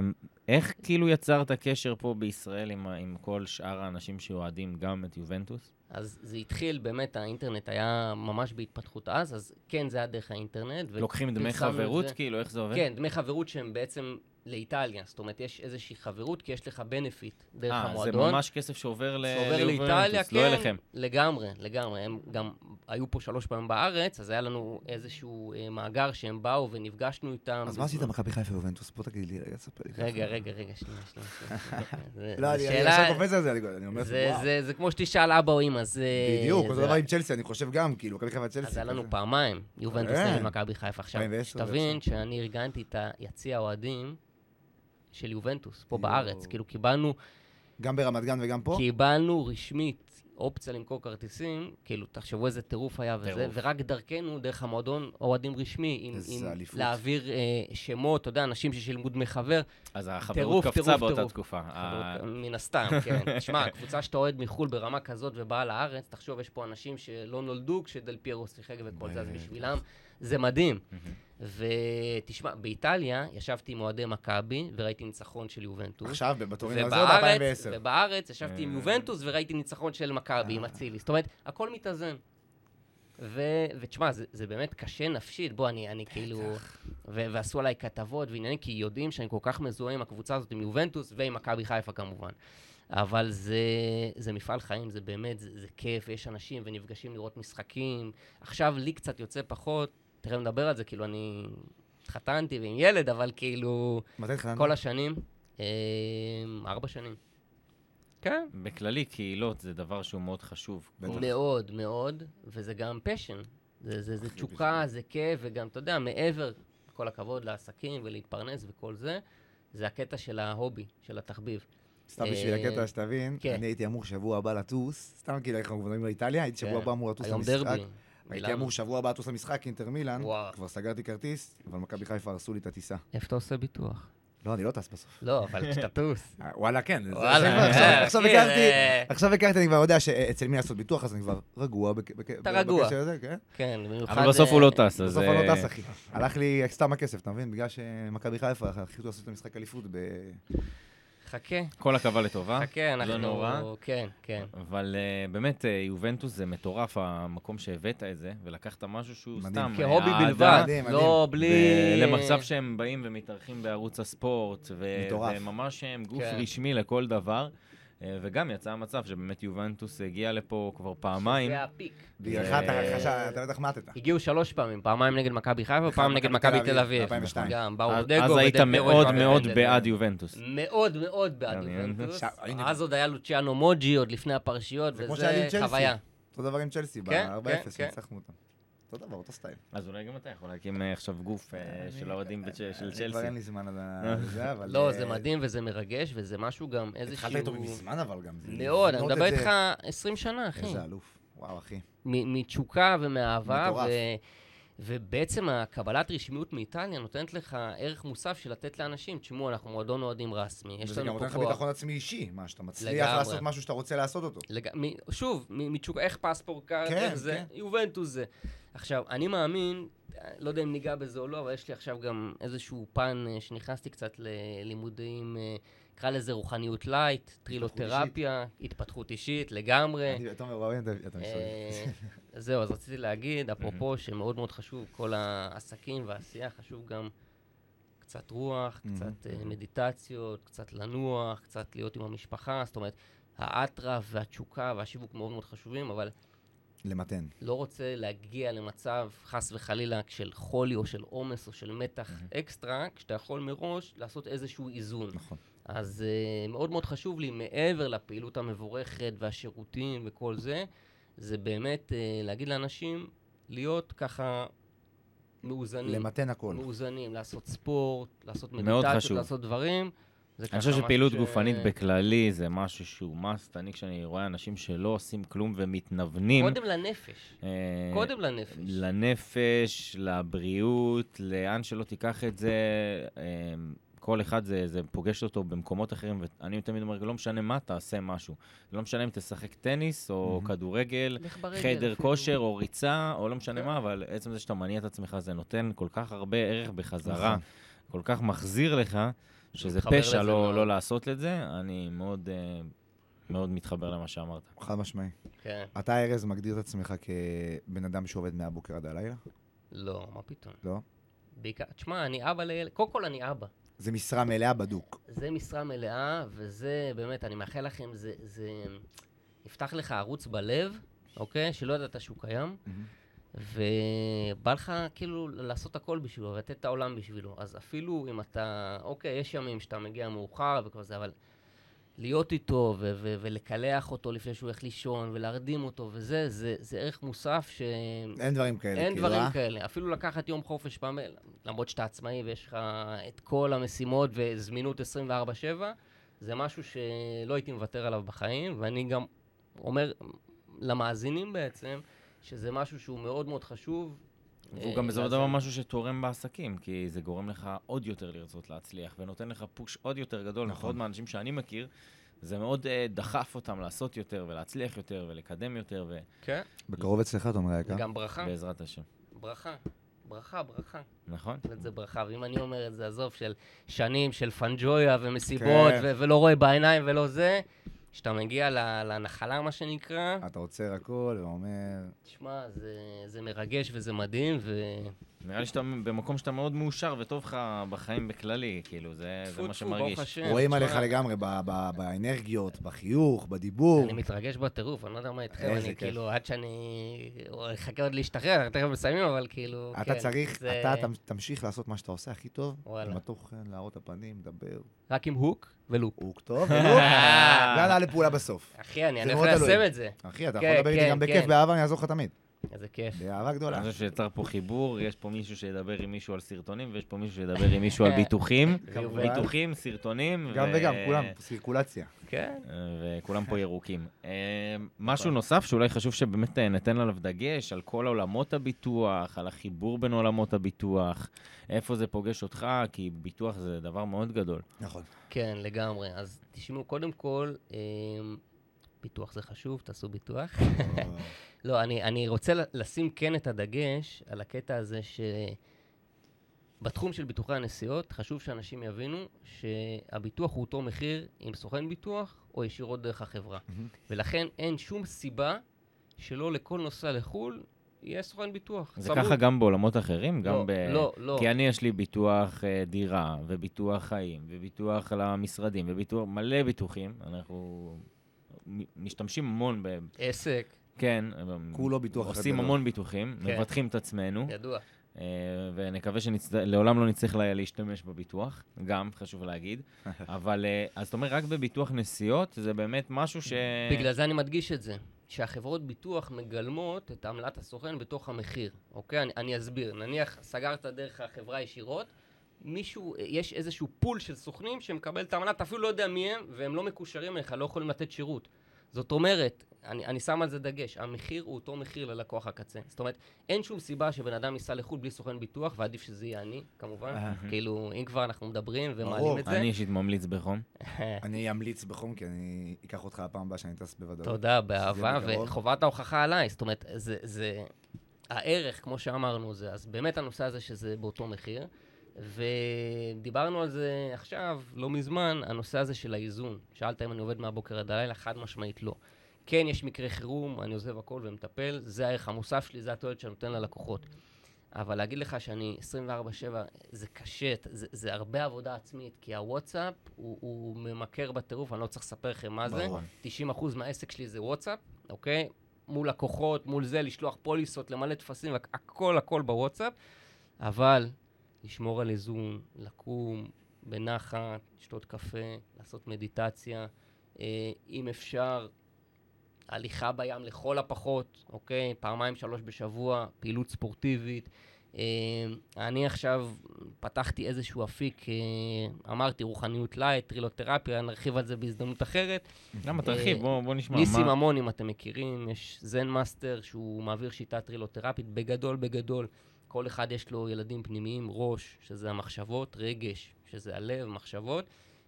Speaker 2: איך כאילו יצרת קשר פה בישראל עם ה- עם כל שאר האנשים שאוהדים גם את יובנטוס?
Speaker 4: אז זה התחיל, באמת, האינטרנט היה ממש בהתפתחות אז, אז כן, זה היה דרך האינטרנט. ו-
Speaker 2: לוקחים דמי
Speaker 4: פרסמנו את
Speaker 2: חברות,
Speaker 4: זה.
Speaker 2: כאילו, איך זה עובד?
Speaker 4: כן, דמי חברות שהם בעצם לאיטליה. זאת אומרת, יש איזושהי חברות, כי יש לך בנפיט דרך
Speaker 2: אה, זה
Speaker 4: המועדון.
Speaker 2: ממש כסף שעובר ל-
Speaker 4: שעובר
Speaker 2: ליובנטוס,
Speaker 4: לאיטליה, כן.
Speaker 2: אה, לא אליכם.
Speaker 4: לגמרי, לגמרי. הם גם היו פה שלוש פעמים בארץ, אז היה לנו איזשהו אה, מאגר שהם באו ונפגשנו איתם.
Speaker 3: אז מה עשית מכבי חיפה יובנטוס? בוא תגיד לי, רגע, ספר לי. ככה.
Speaker 4: לא, רגע, רגע, רגע, שנייה, שנייה. שנייה. זה-
Speaker 3: לא, אני
Speaker 4: זה
Speaker 3: אני
Speaker 4: שאלה-
Speaker 3: עכשיו קופץ על זה, אני אני אומר,
Speaker 4: זה-
Speaker 3: וואו.
Speaker 4: זה- זה כמו שתשאל אבא או אמא, זה...
Speaker 3: בדיוק, אותו
Speaker 4: זה-
Speaker 3: דבר עם צ'לסי, אני חושב גם, כאילו, מכבי חיפה צ'לסי.
Speaker 4: אז היה לנו
Speaker 3: כזה.
Speaker 4: פעמיים, יובנטוס
Speaker 3: כן.
Speaker 4: נגד מכבי חיפה. עכשיו,
Speaker 3: 2010,
Speaker 4: שתבין
Speaker 3: ועכשיו.
Speaker 4: שאני ארגנתי את היציע האוהדים של יובנטוס, פה
Speaker 3: יואו.
Speaker 4: בארץ. כאילו, קיבלנו
Speaker 3: גם ברמת גן וגם פה?
Speaker 4: כאילו, קיבלנו רשמית אופציה למכור כרטיסים, כאילו, תחשבו איזה טירוף היה וזה,
Speaker 2: טירוף.
Speaker 4: ורק דרכנו, דרך המועדון, אוהדים רשמי, עם,
Speaker 3: איזה
Speaker 4: עם
Speaker 3: אליפות.
Speaker 4: להעביר אה, שמות, אתה יודע, אנשים ששילמו דמי חבר,
Speaker 3: אה.
Speaker 2: אז
Speaker 4: טירוף,
Speaker 2: החברות קפצה
Speaker 4: טירוף,
Speaker 2: באותה
Speaker 4: טירוף.
Speaker 2: תקופה. אה, ה-
Speaker 4: חברות, אה, מן הסתם, כן. תשמע, קבוצה שאתה אוהד מחו"ל ברמה כזאת ובאה לארץ, תחשוב, יש פה אנשים שלא נולדו כשדל פיירו שיחק וכל זה, אז
Speaker 3: בטח.
Speaker 4: בשבילם זה מדהים.
Speaker 2: מהמם.
Speaker 4: ותשמע, באיטליה ישבתי עם אוהדי מכבי וראיתי ניצחון של יובנטוס.
Speaker 3: עכשיו, בטורין הזה
Speaker 4: ובארץ,
Speaker 3: ב-2010.
Speaker 4: ובארץ ישבתי עם
Speaker 2: אה.
Speaker 4: יובנטוס וראיתי ניצחון של מכבי עם אצילי. זאת אומרת, הכל מתאזן. ו- ותשמע, זה, זה באמת קשה נפשית. בוא, אני, אני כאילו... ו- ועשו עליי כתבות ועניינים, כי יודעים שאני כל כך מזוהה עם הקבוצה הזאת, עם יובנטוס ועם מכבי חיפה כמובן. אבל זה, זה מפעל חיים, זה באמת, זה, זה כיף, יש אנשים ונפגשים לראות משחקים. עכשיו לי קצת יוצא פחות, תכף נדבר על זה, כאילו אני התחתנתי ועם ילד, אבל כאילו...
Speaker 3: מתי התחלנו?
Speaker 4: כל השנים? אה, ארבע שנים. כן.
Speaker 2: בכללי, קהילות זה דבר שהוא מאוד חשוב.
Speaker 3: בטח.
Speaker 4: מאוד, מאוד, וזה גם פשן. זה, זה, זה
Speaker 3: הכי
Speaker 4: תשוקה, זה כיף, וגם, אתה יודע, מעבר, כל הכבוד לעסקים ולהתפרנס וכל זה, זה הקטע של ההובי, של התחביב.
Speaker 3: סתם בשביל
Speaker 4: אה,
Speaker 3: הקטע שתבין,
Speaker 4: כן.
Speaker 3: אני הייתי אמור שבוע הבא לטוס, סתם כאילו אנחנו מדברים על איטליה, הייתי שבוע
Speaker 4: כן.
Speaker 3: הבא אמור לטוס
Speaker 4: היום
Speaker 3: למשחק.
Speaker 4: דרבי.
Speaker 3: הייתי
Speaker 4: מילאנו.
Speaker 3: אמור שבוע הבא לטוס למשחק, אינטר מילאן,
Speaker 4: וואו.
Speaker 3: כבר סגרתי כרטיס, אבל מכבי חיפה הרסו לי את הטיסה.
Speaker 4: איפה אתה עושה ביטוח?
Speaker 3: לא, אני לא טס בסוף.
Speaker 4: לא, אבל כשאתה טוס.
Speaker 3: אה, וואלה, כן. זה-
Speaker 4: וואלה,
Speaker 3: זה כבר, עכשיו-
Speaker 4: אה,
Speaker 3: עכשיו
Speaker 4: כן,
Speaker 3: הכרתי,
Speaker 4: אה.
Speaker 3: עכשיו הכרתי, אני כבר יודע שאצל מי לעשות ביטוח, אז אני כבר רגוע. בק- בק-
Speaker 4: אתה רגוע.
Speaker 3: בקשר לזה, כן.
Speaker 4: כן, במיוחד...
Speaker 2: אבל בסוף הוא לא
Speaker 4: אה,
Speaker 2: טס, אז...
Speaker 3: בסוף אני לא
Speaker 2: אה,
Speaker 3: טס, אחי. הלך לי סתם הכסף, אתה מבין? בגלל שמכבי חיפה החליטו לעשות את המשחק אליפות ב... אה?
Speaker 4: חכה,
Speaker 2: כל עכבה לטובה.
Speaker 4: חכה, אנחנו...
Speaker 2: לא נורא.
Speaker 4: כן, כן.
Speaker 2: אבל אה, באמת, אה, יובנטוס זה מטורף, המקום שהבאת את זה, ולקחת משהו שהוא
Speaker 3: מדהים.
Speaker 2: סתם...
Speaker 4: כהובי
Speaker 2: אה,
Speaker 4: בלבד,
Speaker 3: מדהים,
Speaker 4: לא בלי...
Speaker 2: למצב שהם באים ומתארחים בערוץ הספורט, ו-
Speaker 3: מטורף.
Speaker 2: וממש הם גוף
Speaker 4: כן.
Speaker 2: רשמי לכל דבר. אה, וגם יצא המצב שבאמת יובנטוס הגיע לפה כבר פעמיים.
Speaker 4: זה הפיק.
Speaker 3: בגללך
Speaker 2: זה-
Speaker 3: אתה חשב, אתה בטח מעטת.
Speaker 4: הגיעו שלוש פעמים, פעמיים נגד מכבי חיפה,
Speaker 3: אחד
Speaker 4: פעם נגד מכבי תל אביב.
Speaker 3: 2002.
Speaker 4: גם, באו
Speaker 2: אז
Speaker 4: דגו
Speaker 2: אז היית
Speaker 4: ודגו
Speaker 2: מאוד
Speaker 4: גם
Speaker 2: מאוד
Speaker 4: דגו.
Speaker 2: בעד יובנטוס.
Speaker 4: כן, מאוד מאוד בעד
Speaker 2: מעניין.
Speaker 4: יובנטוס.
Speaker 3: עכשיו, הנה.
Speaker 4: אז עוד היה לוציאנו מוג'י עוד לפני הפרשיות,
Speaker 3: זה כמו שהיה לי
Speaker 4: וזה
Speaker 3: עם צ'לסי.
Speaker 4: חוויה.
Speaker 3: אותו דבר עם צ'לסי,
Speaker 4: כן,
Speaker 3: ב-4-0,
Speaker 4: כן,
Speaker 3: ניצחנו אותם. אותו דבר, אותו סטייל.
Speaker 2: אז אולי גם אתה יכול להקים אה, עכשיו גוף אה, של האוהדים בצ'- של
Speaker 3: אני אה, כבר
Speaker 2: צ'לסי.
Speaker 3: אין לי זמן על זה, אבל...
Speaker 4: לא,
Speaker 3: אה,
Speaker 4: זה מדהים וזה מרגש, וזה משהו גם איזשהו...
Speaker 3: התחלת איתו מזמן, אבל גם. זה-
Speaker 4: מאוד, אני
Speaker 3: לבנות
Speaker 4: מדבר
Speaker 3: את זה.
Speaker 4: איתך 20 שנה, אחי.
Speaker 3: איזה אלוף. וואו, אחי.
Speaker 4: מ- מתשוקה ומאהבה,
Speaker 3: מטורף.
Speaker 4: ו- ובעצם הקבלת רשמיות מאיטליה נותנת לך ערך מוסף של לתת לאנשים, תשמעו, אנחנו מועדון אוהדים רסמי, יש
Speaker 3: וזה גם
Speaker 4: לנו
Speaker 3: נותן
Speaker 4: פה
Speaker 3: לך
Speaker 4: כוח.
Speaker 3: ביטחון עצמי אישי, מה, שאתה מצליח
Speaker 4: לגמרי.
Speaker 3: לעשות משהו שאתה רוצה לעשות אותו.
Speaker 4: לג... מ... שוב, מ- מתשוקה, איך פספורט קארט,
Speaker 3: כן,
Speaker 4: איך זה,
Speaker 3: כן.
Speaker 4: יובנטוס זה. עכשיו, אני מאמין, אה, לא יודע אם ניגע בזה או לא, אבל יש לי עכשיו גם איזשהו פן אה, שנכנסתי קצת ללימודים, אה, נקרא לזה רוחניות לייט, טרילותרפיה, התפתחות אישית לגמרי.
Speaker 3: אני- תומר, רואה, אתה אתה מסתובב.
Speaker 4: כן. אה, זהו, אז רציתי להגיד, אפרופו, שמאוד מאוד חשוב, כל העסקים והעשייה, חשוב גם קצת רוח,
Speaker 3: מהמם.
Speaker 4: קצת אה, מדיטציות, קצת לנוח, קצת להיות עם המשפחה, זאת אומרת, האטרף והתשוקה והשיווק מאוד מאוד חשובים, אבל
Speaker 3: למתן.
Speaker 4: לא רוצה להגיע למצב, חס וחלילה, של חולי או של עומס או של מתח אקסטרה, כשאתה יכול מראש לעשות איזשהו איזון.
Speaker 3: נכון.
Speaker 4: אז uh, מאוד מאוד חשוב לי, מעבר לפעילות המבורכת והשירותים וכל זה, זה באמת uh, להגיד לאנשים להיות ככה מאוזנים.
Speaker 3: למתן הכל.
Speaker 4: מאוזנים, לעשות ספורט, לעשות
Speaker 2: מאוד
Speaker 4: מדיטציות,
Speaker 2: חשוב.
Speaker 4: לעשות דברים, זה
Speaker 2: אני
Speaker 4: ככה
Speaker 2: חושב
Speaker 4: משהו
Speaker 2: שפעילות
Speaker 4: ש-
Speaker 2: גופנית בכללי זה משהו שהוא must. אני, כשאני רואה אנשים שלא עושים כלום ומתנוונים...
Speaker 4: קודם לנפש.
Speaker 2: אה,
Speaker 4: קודם לנפש.
Speaker 2: לנפש, לבריאות, לאן שלא תיקח את זה. אה, כל אחד זה, זה פוגש אותו במקומות אחרים, ואני תמיד אומר, לא משנה מה, תעשה משהו. לא משנה אם תשחק טניס או
Speaker 3: מהמם.
Speaker 2: כדורגל,
Speaker 4: לך ברגל
Speaker 2: חדר
Speaker 4: אפילו.
Speaker 2: כושר או ריצה, או לא משנה
Speaker 4: כן.
Speaker 2: מה, אבל עצם זה שאתה מניע את עצמך, זה נותן כל כך הרבה ערך בחזרה,
Speaker 3: נכון.
Speaker 2: כל כך מחזיר לך, שזה
Speaker 4: מתחבר
Speaker 2: פשע
Speaker 4: לזה
Speaker 2: לא,
Speaker 4: מאוד.
Speaker 2: לא לעשות את זה. אני מאוד, אה, מאוד מתחבר למה שאמרת.
Speaker 3: נכון, חד משמעי.
Speaker 4: כן.
Speaker 3: אתה, ארז, מגדיר את עצמך כבן אדם שעובד מהבוקר עד הלילה?
Speaker 4: לא, מה פתאום.
Speaker 3: לא.
Speaker 4: בעיקר, תשמע, אני אבא לילד, קודם כל אני אבא.
Speaker 3: זה משרה מלאה בדוק.
Speaker 4: זה משרה מלאה, וזה באמת, אני מאחל לכם, זה, זה יפתח לך ערוץ בלב, אוקיי? שלא ידעת שהוא קיים, ובא לך כאילו לעשות הכל בשבילו, לתת את העולם בשבילו. אז אפילו אם אתה, אוקיי, יש ימים שאתה מגיע מאוחר וכל זה, אבל להיות איתו ו- ו- ולקלח אותו לפני שהוא הולך לישון, ולהרדים אותו וזה, זה, זה ערך מוסף ש...
Speaker 3: אין דברים כאלה,
Speaker 4: אין
Speaker 3: כאילו,
Speaker 4: דברים
Speaker 3: אה?
Speaker 4: כאלה. אפילו לקחת יום חופש פעם, למרות שאתה עצמאי ויש לך את כל המשימות וזמינות 24/7, זה משהו שלא הייתי מוותר עליו בחיים, ואני גם אומר למאזינים בעצם, שזה משהו שהוא מאוד מאוד חשוב.
Speaker 2: והוא
Speaker 4: אה,
Speaker 2: גם בסופו של
Speaker 4: לאזן.
Speaker 2: דבר משהו שתורם בעסקים, כי זה גורם לך עוד יותר לרצות להצליח, ונותן לך פוש עוד יותר גדול,
Speaker 3: נכון.
Speaker 2: נכון, מהאנשים שאני מכיר, זה מאוד אה, דחף אותם לעשות יותר, ולהצליח יותר, ולקדם יותר,
Speaker 4: כן.
Speaker 3: בקרוב אצלך, תומר
Speaker 4: זה
Speaker 2: כן.
Speaker 3: היקר.
Speaker 4: גם ברכה,
Speaker 2: ובעזרת השם.
Speaker 4: ברכה. ברכה, ברכה.
Speaker 2: נכון?
Speaker 4: זאת אומרת, זה ברכה, ואם אני אומר את זה, עזוב, של שנים, של פנג'ויה ומסיבות,
Speaker 3: כן.
Speaker 4: ו- ולא רואה בעיניים ולא זה, כשאתה מגיע ל- לנחלה, מה שנקרא,
Speaker 3: אתה עוצר הכל ואומר...
Speaker 4: תשמע, זה, זה מרגש וזה מדהים, וטפו
Speaker 2: נראה לי שאתה במקום שאתה מאוד מאושר, וטוב לך בחיים בכללי, כאילו, זה, זה מה
Speaker 4: טפו, ברוך
Speaker 2: שמרגיש.
Speaker 4: השם.
Speaker 3: רואים
Speaker 4: כן, תשמע,
Speaker 3: עליך לגמרי ב- ב- באנרגיות, בחיוך, בדיבור.
Speaker 4: אני מתרגש בטירוף, אני לא יודע מה איתכם,
Speaker 3: איזה
Speaker 4: אני
Speaker 3: כיף.
Speaker 4: כאילו, עד שאני או, אחכה עוד להשתחרר, אנחנו תכף מסיימים, אבל כאילו,
Speaker 3: אתה
Speaker 4: כן,
Speaker 3: צריך,
Speaker 4: זה-
Speaker 3: אתה תמ- תמשיך לעשות מה שאתה עושה הכי טוב,
Speaker 4: וואלה.
Speaker 3: עם התוכן, להראות הפנים, לדבר.
Speaker 4: רק עם הוק ולופ.
Speaker 3: הוא טוב, ולא, זה העלאה לפעולה בסוף.
Speaker 4: אחי, אני
Speaker 3: זה
Speaker 4: אני
Speaker 3: מאוד
Speaker 4: הולך ליישם
Speaker 3: תלוי.
Speaker 4: את זה.
Speaker 3: אחי, אתה
Speaker 4: כן,
Speaker 3: יכול לדבר איתי
Speaker 4: כן,
Speaker 3: גם בכיף,
Speaker 4: כן.
Speaker 3: באהבה אני אעזור לך תמיד.
Speaker 4: איזה כיף.
Speaker 3: באהבה גדולה.
Speaker 2: אני חושב שיצר פה חיבור, יש פה מישהו שידבר עם מישהו על סרטונים, ויש פה מישהו שידבר עם מישהו על ביטוחים.
Speaker 4: כמובן.
Speaker 2: ביטוחים, סרטונים.
Speaker 3: גם
Speaker 2: ו-
Speaker 3: וגם, כולם, סירקולציה.
Speaker 4: כן.
Speaker 2: וכולם פה ירוקים. אה, משהו נוסף שאולי חשוב שבאמת אה, ניתן עליו דגש, על כל עולמות הביטוח, על החיבור בין עולמות הביטוח, איפה זה פוגש אותך, כי ביטוח זה דבר מאוד גדול.
Speaker 3: נכון.
Speaker 4: כן, לגמרי. אז תשמעו, קודם כל, אמ, פיתוח זה חשוב, תעשו ביטוח.
Speaker 3: אה,
Speaker 4: לא, אני, אני רוצה ל- לשים כן את הדגש על הקטע הזה שבתחום של ביטוחי הנסיעות, חשוב שאנשים יבינו שהביטוח הוא אותו מחיר עם סוכן ביטוח או ישירות דרך החברה.
Speaker 3: מהמם.
Speaker 4: ולכן אין שום סיבה שלא לכל נוסע לחו"ל יהיה סוכן ביטוח.
Speaker 2: זה
Speaker 4: צמוד.
Speaker 2: ככה גם בעולמות אחרים, גם
Speaker 4: לא,
Speaker 2: ב...
Speaker 4: לא, לא.
Speaker 2: כי אני יש לי ביטוח אה, דירה, וביטוח חיים, וביטוח למשרדים, וביטוח, מלא ביטוחים. אנחנו מ- משתמשים המון ב...
Speaker 4: עסק,
Speaker 2: כן.
Speaker 3: כולו ביטוח אחד
Speaker 2: עושים
Speaker 3: גדול.
Speaker 2: המון ביטוחים,
Speaker 4: כן.
Speaker 2: מבטחים את עצמנו.
Speaker 4: ידוע.
Speaker 2: אה, ונקווה שלעולם לא נצטרך לה- להשתמש בביטוח, גם חשוב להגיד. אבל אה, אז אתה אומר, רק בביטוח נסיעות, זה באמת משהו ש...
Speaker 4: בגלל זה אני מדגיש את זה, שהחברות ביטוח מגלמות את עמלת הסוכן בתוך המחיר, אוקיי? אני, אני אסביר. נניח סגרת דרך החברה ישירות, מישהו, יש איזשהו פול של סוכנים שמקבל את העמלה, אתה אפילו לא יודע מי הם, והם לא מקושרים אליך, לא יכולים לתת שירות. זאת אומרת, אני, אני שם על זה דגש, המחיר הוא אותו מחיר ללקוח הקצה. זאת אומרת, אין שום סיבה שבן אדם ייסע לחו"ל בלי סוכן ביטוח, ועדיף שזה יהיה אני, כמובן. כאילו, אם כבר אנחנו מדברים ומעלים
Speaker 3: ברור.
Speaker 4: כן, את זה.
Speaker 2: אה,
Speaker 4: אה,
Speaker 2: אני אישית ממליץ בחום.
Speaker 3: אני אמליץ בחום, כי אני אקח אותך הפעם הבאה שאני טס בוודאות.
Speaker 4: תודה, באהבה,
Speaker 3: בקרוב.
Speaker 4: וחובת ההוכחה עליי. זאת אומרת, זה, זה הערך, כמו שאמרנו, זה, אז באמת הנושא הזה שזה באותו מחיר. ודיברנו על זה עכשיו, לא מזמן, הנושא הזה של האיזון. שאלת אם אני עובד מהבוקר עד הלילה, חד משמעית לא. כן, יש מקרי חירום, אני עוזב הכל ומטפל, זה הערך המוסף שלי, זה התועלת שאני נותן ללקוחות. אבל להגיד לך שאני 24-7, זה קשה, זה, זה הרבה עבודה עצמית, כי הוואטסאפ הוא, הוא ממכר בטירוף, אני לא צריך לספר לכם מה זה.
Speaker 3: ברור.
Speaker 4: 90% מהעסק שלי זה וואטסאפ, אוקיי? מול לקוחות, מול זה, לשלוח פוליסות, למלא טפסים, הכ- הכל הכל בוואטסאפ. אבל לשמור על איזון, לקום בנחת, לשתות קפה, לעשות מדיטציה, אה, אם אפשר, הליכה בים לכל הפחות, אוקיי? פעמיים, שלוש בשבוע, פעילות ספורטיבית. אה, אני עכשיו פתחתי איזשהו אפיק, אה, אמרתי, רוחניות לייט, טרילותרפיה, נרחיב על זה בהזדמנות אחרת.
Speaker 2: למה, תרחיב, בוא בוא נשמע.
Speaker 4: ניסים
Speaker 2: מה-
Speaker 4: ממון, אם אתם מכירים, יש זן מאסטר שהוא מעביר שיטה טרילותרפית, בגדול, בגדול. כל אחד יש לו ילדים פנימיים, ראש, שזה המחשבות, רגש, שזה הלב, מחשבות,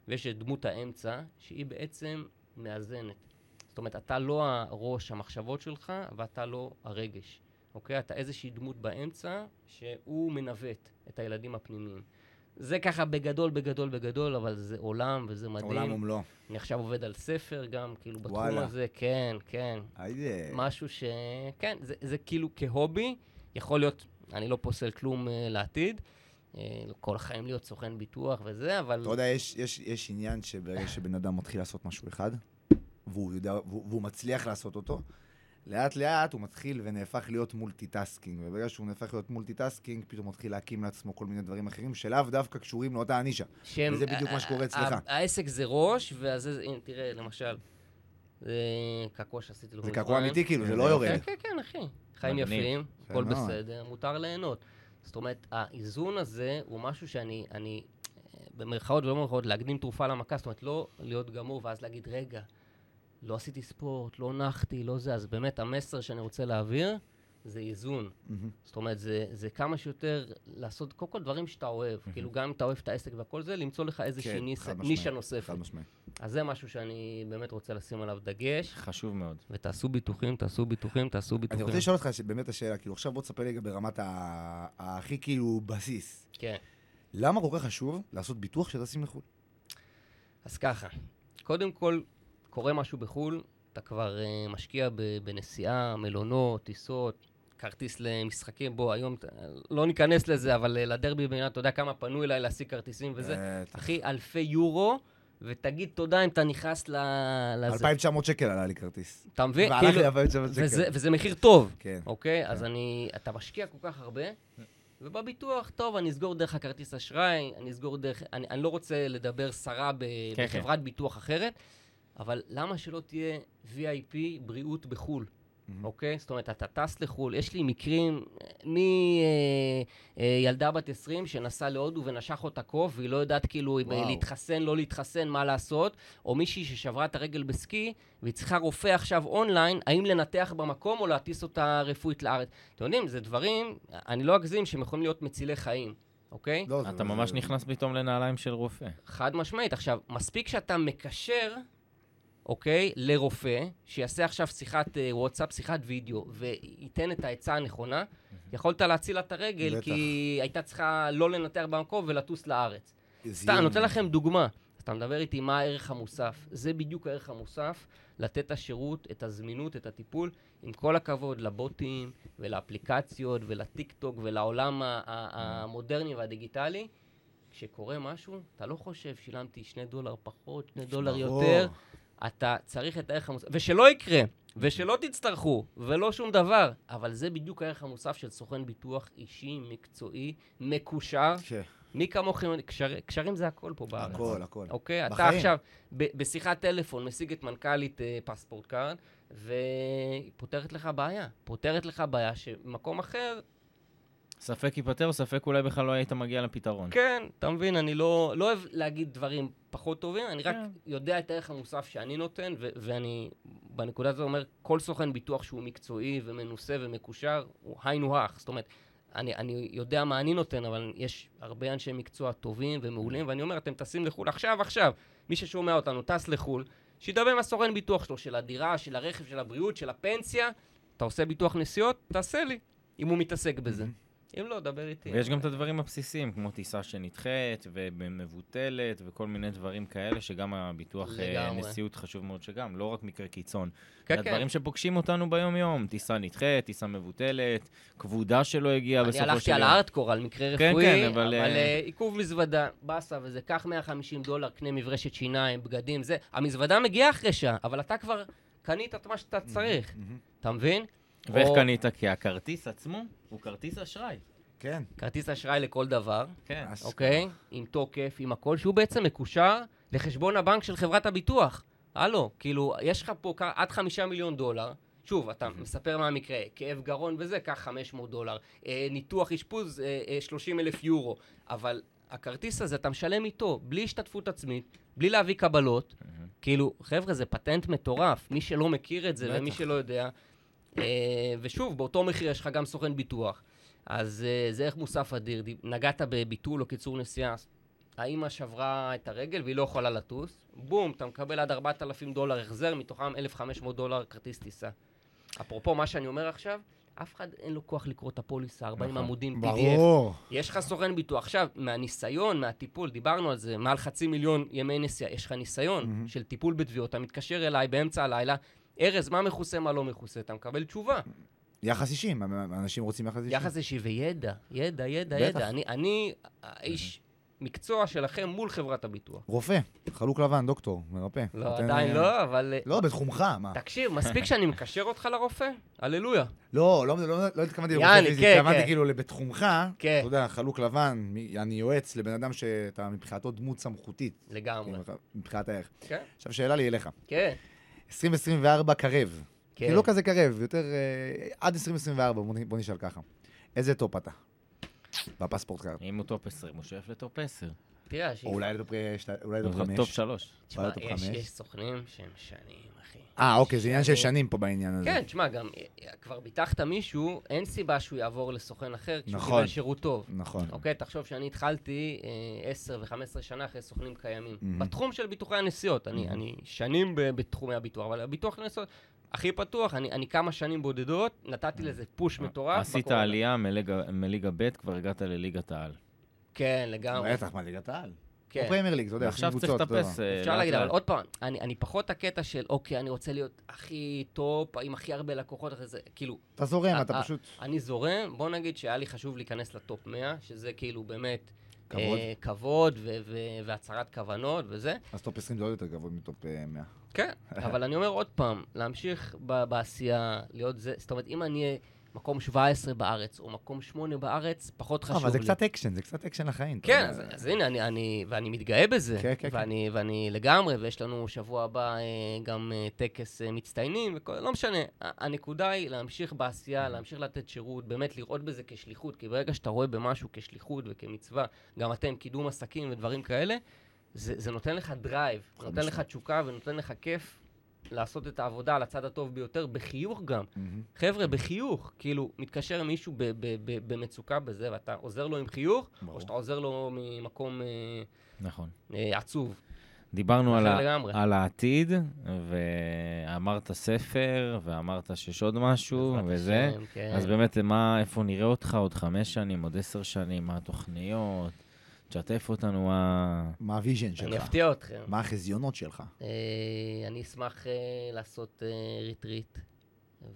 Speaker 4: ויש את דמות האמצע, שהיא בעצם מאזנת. זאת אומרת, אתה לא הראש המחשבות שלך, ואתה לא הרגש, אוקיי? אתה איזושהי דמות באמצע, שהוא מנווט את הילדים הפנימיים. זה ככה בגדול, בגדול, בגדול, אבל זה עולם וזה מדהים.
Speaker 3: עולם ומלואו.
Speaker 4: אני עכשיו עובד על ספר גם, כאילו, בתחום
Speaker 3: וואלה. אה.
Speaker 4: הזה, כן, כן.
Speaker 3: היידה.
Speaker 4: משהו ש... כן, זה, זה כאילו כהובי, יכול להיות, אני לא פוסל כלום אה, לעתיד. אה, כל החיים להיות סוכן ביטוח וזה, אבל...
Speaker 3: אתה יודע, יש, יש, יש עניין שברגע שבן אדם מתחיל לעשות משהו אחד, והוא, יודע, והוא, והוא מצליח לעשות אותו, לאט לאט הוא מתחיל ונהפך להיות מולטיטאסקינג, וברגע שהוא נהפך להיות מולטיטאסקינג, פתאום הוא מתחיל להקים לעצמו כל מיני דברים אחרים שלאו דווקא קשורים לאותה הנישה.
Speaker 4: שהם-
Speaker 3: וזה בדיוק מה שקורה
Speaker 4: ה-
Speaker 3: אצלך.
Speaker 4: אה, ה- העסק זה ראש, ואז זה, הנה, תראה, למשל, זה קעקוע שעשיתי לו.
Speaker 3: זה
Speaker 4: מזמן.
Speaker 3: קעקוע אמיתי כאילו, זה לא יורד.
Speaker 4: כן, כן, כן, אחי. חיים
Speaker 2: מגניב.
Speaker 4: יפים, הכל
Speaker 3: מאוד.
Speaker 4: בסדר, מותר ליהנות. זאת אומרת, האיזון הזה הוא משהו שאני, אני, אה, במרכאות ולא במרכאות, להקדים תרופה למכה, זאת אומרת, לא להיות גמור ואז להגיד, רגע, לא עשיתי ספורט, לא נחתי, לא זה, אז באמת המסר שאני רוצה להעביר זה איזון.
Speaker 3: מהמם.
Speaker 4: זאת אומרת, זה, זה כמה שיותר לעשות, קודם כל דברים שאתה אוהב. כאילו, גם אם אתה אוהב את העסק והכל זה, למצוא לך איזושהי
Speaker 3: כן,
Speaker 4: נישה-
Speaker 3: חד משמעית,
Speaker 4: נישה נוספת.
Speaker 3: חד משמעית.
Speaker 4: אז זה משהו שאני באמת רוצה לשים עליו דגש.
Speaker 2: חשוב מאוד.
Speaker 4: ותעשו ביטוחים, תעשו ביטוחים, תעשו ביטוחים.
Speaker 3: אני רוצה לשאול אותך ש- באמת השאלה, כאילו עכשיו בוא תספר לי גם ברמת ה- הכי כאילו בסיס.
Speaker 4: כן.
Speaker 3: למה כל כך חשוב לעשות ביטוח שטסים לחו"ל?
Speaker 4: אז ככה, קודם כל, קורה משהו בחו"ל, אתה כבר uh, משקיע ב- בנסיעה, מלונות, טיסות, כרטיס למשחקים, בוא, היום, ת- לא ניכנס לזה, אבל אה, לדרבי במדינה, אתה יודע כמה פנו אליי להשיג כרטיסים וזה,
Speaker 3: בטח.
Speaker 4: אחי, אלפי יורו, ותגיד תודה אם אתה נכנס ל- לזה.
Speaker 3: 2,900 שקל עלה לי כרטיס.
Speaker 4: אתה מבין?
Speaker 3: והלך
Speaker 4: כאילו,
Speaker 3: לי 2,900 שקל.
Speaker 4: וזה, וזה מחיר טוב,
Speaker 3: כן.
Speaker 4: אוקיי? אז אני, אתה משקיע כל כך הרבה, ובביטוח, טוב, אני אסגור דרך הכרטיס אשראי, אני אסגור דרך... אני, אני לא רוצה לדבר סרה ב,
Speaker 2: כן.
Speaker 4: בחברת ביטוח אחרת, אבל למה שלא תהיה VIP בריאות בחו"ל? אוקיי? זאת אומרת, אתה טס לחו"ל, יש לי מקרים אה, מילדה אה, בת 20 שנסעה להודו ונשך אותה קוף, והיא לא יודעת כאילו אם אה,
Speaker 3: וואו.
Speaker 4: להתחסן, לא להתחסן, מה לעשות, או מישהי ששברה את הרגל בסקי, והיא צריכה רופא עכשיו אונליין, האם לנתח במקום או להטיס אותה רפואית לארץ. אתם יודעים, זה דברים, אני לא אגזים, שהם יכולים להיות מצילי חיים, אוקיי?
Speaker 3: לא, זה-
Speaker 2: אתה
Speaker 3: זה-
Speaker 2: ממש נכנס פתאום לנעליים של רופא.
Speaker 4: חד משמעית. עכשיו, מספיק שאתה מקשר, אוקיי, לרופא, שיעשה עכשיו שיחת אה, וואטסאפ, שיחת וידאו, וייתן את העצה הנכונה, יכולת להציל לה את הרגל,
Speaker 3: בטח.
Speaker 4: כי היא הייתה צריכה לא לנתח במקום ולטוס לארץ. סתם,
Speaker 3: זיהום.
Speaker 4: אני נותן לכם דוגמה. אתה מדבר איתי מה הערך המוסף. זה בדיוק הערך המוסף, לתת את השירות, את הזמינות, את הטיפול, עם כל הכבוד לבוטים ולאפליקציות ולטיק טוק ולעולם ה- ה- המודרני והדיגיטלי. כשקורה משהו, אתה לא חושב, שילמתי שני דולר פחות, שני דולר
Speaker 3: ברור.
Speaker 4: יותר, אתה צריך את הערך המוסף, ושלא יקרה, ושלא תצטרכו, ולא שום דבר, אבל זה בדיוק הערך המוסף של סוכן ביטוח אישי, מקצועי, מקושר,
Speaker 3: כן,
Speaker 4: מי כמוכם, קשר, קשרים זה הכל פה בארץ.
Speaker 3: הכל, הכל.
Speaker 4: אוקיי? אתה
Speaker 3: בחיים.
Speaker 4: עכשיו ב- בשיחת טלפון משיג את מנכ"לית אה, פספורט קארד, והיא פותרת לך בעיה. פותרת לך בעיה שמקום אחר,
Speaker 2: ספק ייפתר, ספק אולי בכלל לא היית מגיע לפתרון.
Speaker 4: כן, אתה מבין, אני לא, לא אוהב להגיד דברים פחות טובים, אני רק
Speaker 2: כן.
Speaker 4: יודע את הערך המוסף שאני נותן, ו- ואני בנקודה הזאת אומר, כל סוכן ביטוח שהוא מקצועי ומנוסה ומקושר, הוא היינו הך. זאת אומרת, אני, אני יודע מה אני נותן, אבל יש הרבה אנשי מקצוע טובים ומעולים, ואני אומר, אתם טסים לחו"ל עכשיו, עכשיו. מי ששומע אותנו טס לחו"ל, שידבר עם הסוכן ביטוח שלו, של הדירה, של הרכב, של הבריאות, של הפנסיה. אתה עושה ביטוח נסיעות? תעשה לי, אם הוא מתעסק בזה. אם לא, דבר איתי.
Speaker 2: ויש גם את הדברים הבסיסיים, כמו טיסה שנדחית ומבוטלת וכל מיני דברים כאלה, שגם הביטוח אה,
Speaker 4: לגמרי.
Speaker 2: נשיאות חשוב מאוד שגם, לא רק מקרה קיצון.
Speaker 4: כן,
Speaker 2: כן,
Speaker 4: כן.
Speaker 2: כן. הדברים שפוגשים אותנו ביום-יום, טיסה נדחית, טיסה מבוטלת, כבודה שלא הגיעה בסופו של
Speaker 4: אני
Speaker 2: יום.
Speaker 4: הלכתי על הארדקור, על מקרה
Speaker 2: כן,
Speaker 4: רפואי,
Speaker 2: כן,
Speaker 4: אבל
Speaker 2: אבל,
Speaker 4: אה,
Speaker 2: אה,
Speaker 4: עיכוב מזוודה, באסה וזה, קח 150 דולר, קנה מברשת שיניים, בגדים, זה. המזוודה מגיעה אחרי שעה, אבל אתה כבר קנית את מה שאתה צריך, אתה מבין?
Speaker 2: ואיך
Speaker 4: או
Speaker 2: קנית? כי הכרטיס עצמו הוא כרטיס אשראי.
Speaker 3: כן.
Speaker 4: כרטיס אשראי לכל דבר,
Speaker 2: כן.
Speaker 3: אז-
Speaker 4: אוקיי? עם תוקף, עם הכל, שהוא בעצם מקושר לחשבון הבנק של חברת הביטוח. הלו, כאילו, יש לך פה כ- עד חמישה מיליון דולר, שוב, אתה מספר מה המקרה, כאב גרון וזה, קח 500 דולר, אה, ניתוח אשפוז, אה, אה, 30 אלף יורו, אבל הכרטיס הזה, אתה משלם איתו, בלי השתתפות עצמית, בלי להביא קבלות, כאילו, חבר'ה, זה פטנט מטורף, מי שלא מכיר את זה ומי שלא יודע, אה, ושוב, באותו מחיר יש לך גם סוכן ביטוח. אז אה, זה ערך מוסף אדיר. דיב- נגעת בביטול או קיצור נסיעה. האימא שברה את הרגל והיא לא יכולה לטוס. בום, אתה מקבל עד 4,000 דולר החזר, מתוכם 1,500 דולר כרטיס טיסה. אפרופו מה שאני אומר עכשיו, אף אחד אין לו כוח לקרוא את הפוליסה, 40
Speaker 2: נכון.
Speaker 4: עמודים PDF.
Speaker 3: ברור.
Speaker 4: יש לך סוכן ביטוח. עכשיו, מהניסיון, מהטיפול, דיברנו על זה, מעל חצי מיליון ימי נסיעה, יש לך ניסיון
Speaker 3: מהמם.
Speaker 4: של טיפול בתביעות, אתה מתקשר אליי באמצע הלילה, ארז, מה מכוסה, מה לא מכוסה, אתה מקבל תשובה.
Speaker 3: יחס אישי, אנשים רוצים יחס אישי.
Speaker 4: יחס אישי וידע, ידע, ידע,
Speaker 3: בטח.
Speaker 4: ידע. אני, אני האיש מקצוע שלכם מול חברת הביטוח.
Speaker 3: רופא, חלוק לבן, דוקטור, מרפא.
Speaker 4: לא,
Speaker 3: נותן,
Speaker 4: עדיין
Speaker 3: אה,
Speaker 4: לא, אבל... אה,
Speaker 3: לא, בתחומך, מה?
Speaker 4: תקשיב, מספיק שאני מקשר אותך לרופא? הללויה.
Speaker 3: לא, לא, לא, לא התכוונתי לרופא
Speaker 4: יעני,
Speaker 3: פיזי,
Speaker 4: כן,
Speaker 3: התכוונתי
Speaker 4: כן.
Speaker 3: כאילו לבתחומך,
Speaker 4: כן.
Speaker 3: אתה יודע, חלוק לבן, מי- אני יועץ לבן אדם שאתה מבחינתו דמות סמכותית,
Speaker 4: לגמרי.
Speaker 3: כאילו, מבחינת הערך.
Speaker 4: כן,
Speaker 3: עכשיו, שאלה לי אליך.
Speaker 4: כן,
Speaker 3: 2024 קרב.
Speaker 4: כן.
Speaker 3: כן. לא כזה קרב, יותר אה, עד 2024, בוא, נ- בוא נשאל ככה. איזה טופ אתה? בפספורט קארד.
Speaker 2: אם הוא טופ 20, הוא שואף לטופ 10.
Speaker 4: תראה, השאיפה-
Speaker 3: או אולי לטופ אה, שת- אולי לטופ
Speaker 2: אבל טופ
Speaker 3: חמש.
Speaker 2: 3.
Speaker 4: תשמע,
Speaker 3: אולי טופ
Speaker 4: יש-
Speaker 3: חמש.
Speaker 4: יש סוכנים שהם שנים, אחי.
Speaker 3: אה, אוקיי, זה עניין של
Speaker 4: שנים.
Speaker 3: שנים פה בעניין הזה.
Speaker 4: כן, תשמע, גם אה, כבר ביטחת מישהו, אין סיבה שהוא יעבור לסוכן אחר כשהוא
Speaker 3: נכון.
Speaker 4: קיבל שירות טוב.
Speaker 3: נכון.
Speaker 4: אוקיי, תחשוב שאני התחלתי אה, 10 ו-15 שנה אחרי סוכנים קיימים.
Speaker 3: מהמם.
Speaker 4: בתחום של ביטוחי הנסיעות, אני, אני שנים ב- בתחומי הביטוח, אבל הביטוח הנסיעות הכי פתוח, אני, אני כמה שנים בודדות, נתתי לזה פוש מטורף.
Speaker 2: אה, עשית
Speaker 4: בקורונה.
Speaker 2: עלייה מליגה- מליגה ב', כבר הגעת לליגת העל.
Speaker 4: כן, לגמרי.
Speaker 3: בטח, מה, ליגת העל? או
Speaker 4: כן.
Speaker 3: פרמייר ליג, אתה יודע,
Speaker 2: ועכשיו
Speaker 3: עושים
Speaker 2: צריך
Speaker 3: קבוצות,
Speaker 2: לטפס.
Speaker 3: אתה
Speaker 2: אה,
Speaker 4: אפשר
Speaker 2: לאט
Speaker 4: להגיד, אבל
Speaker 2: לאט.
Speaker 4: עוד פעם, אני, אני פחות הקטע של, אוקיי, אני רוצה להיות הכי טופ, עם הכי הרבה לקוחות אחרי זה, כאילו,
Speaker 3: יודע. אתה זורם, אתה
Speaker 4: אה,
Speaker 3: פשוט...
Speaker 4: אני זורם, בוא נגיד שהיה לי חשוב להיכנס לטופ 100, שזה כאילו באמת...
Speaker 3: כבוד.
Speaker 4: אה, כבוד ו- ו- והצהרת כוונות וזה.
Speaker 3: אז טופ 20 זה עוד יותר גבוה מטופ אה, 100.
Speaker 4: כן, אבל אני אומר עוד פעם, להמשיך ב- בעשייה, להיות זה, זאת אומרת, אם אני אהיה מקום 17 בארץ, או מקום 8 בארץ, פחות חשוב לי.
Speaker 3: אה, אבל זה קצת אקשן, זה קצת אקשן לחיים. אתה
Speaker 4: כן,
Speaker 3: יודע.
Speaker 4: אז, אז הנה, אני, אני, ואני מתגאה בזה.
Speaker 3: כן, כן,
Speaker 4: ואני, כן. ואני לגמרי, ויש לנו שבוע הבא אה, גם אה, טקס אה, מצטיינים, וכל, לא משנה. ה- הנקודה היא להמשיך בעשייה, להמשיך לתת שירות, באמת לראות בזה כשליחות, כי ברגע שאתה רואה במשהו כשליחות וכמצווה, גם אתם, קידום עסקים ודברים כאלה, זה, זה נותן לך דרייב,
Speaker 3: חד
Speaker 4: נותן לך
Speaker 3: משמעית.
Speaker 4: תשוקה ונותן לך כיף לעשות את העבודה על הצד הטוב ביותר, בחיוך גם.
Speaker 3: מהמם.
Speaker 4: חבר'ה, בחיוך. כאילו, מתקשר מישהו ב- ב- ב- במצוקה בזה, ואתה עוזר לו עם חיוך,
Speaker 3: ברור.
Speaker 4: או שאתה עוזר לו ממקום אה,
Speaker 2: נכון.
Speaker 4: אה, עצוב.
Speaker 2: דיברנו על,
Speaker 4: אחר
Speaker 2: ה-
Speaker 3: אה,
Speaker 4: לגמרי.
Speaker 2: על העתיד, ואמרת ספר, ואמרת שיש עוד משהו,
Speaker 4: בעזרת
Speaker 2: וזה.
Speaker 4: השם, כן.
Speaker 2: אז באמת, מה, איפה נראה אותך עוד חמש שנים, עוד עשר שנים, מה התוכניות? תשתף אותנו, מה...
Speaker 3: מה הוויז'ן
Speaker 4: אני
Speaker 3: שלך?
Speaker 4: אפתיע אתכם.
Speaker 3: מה החזיונות שלך?
Speaker 4: אה, אני אשמח אה, לעשות אה, ריטריט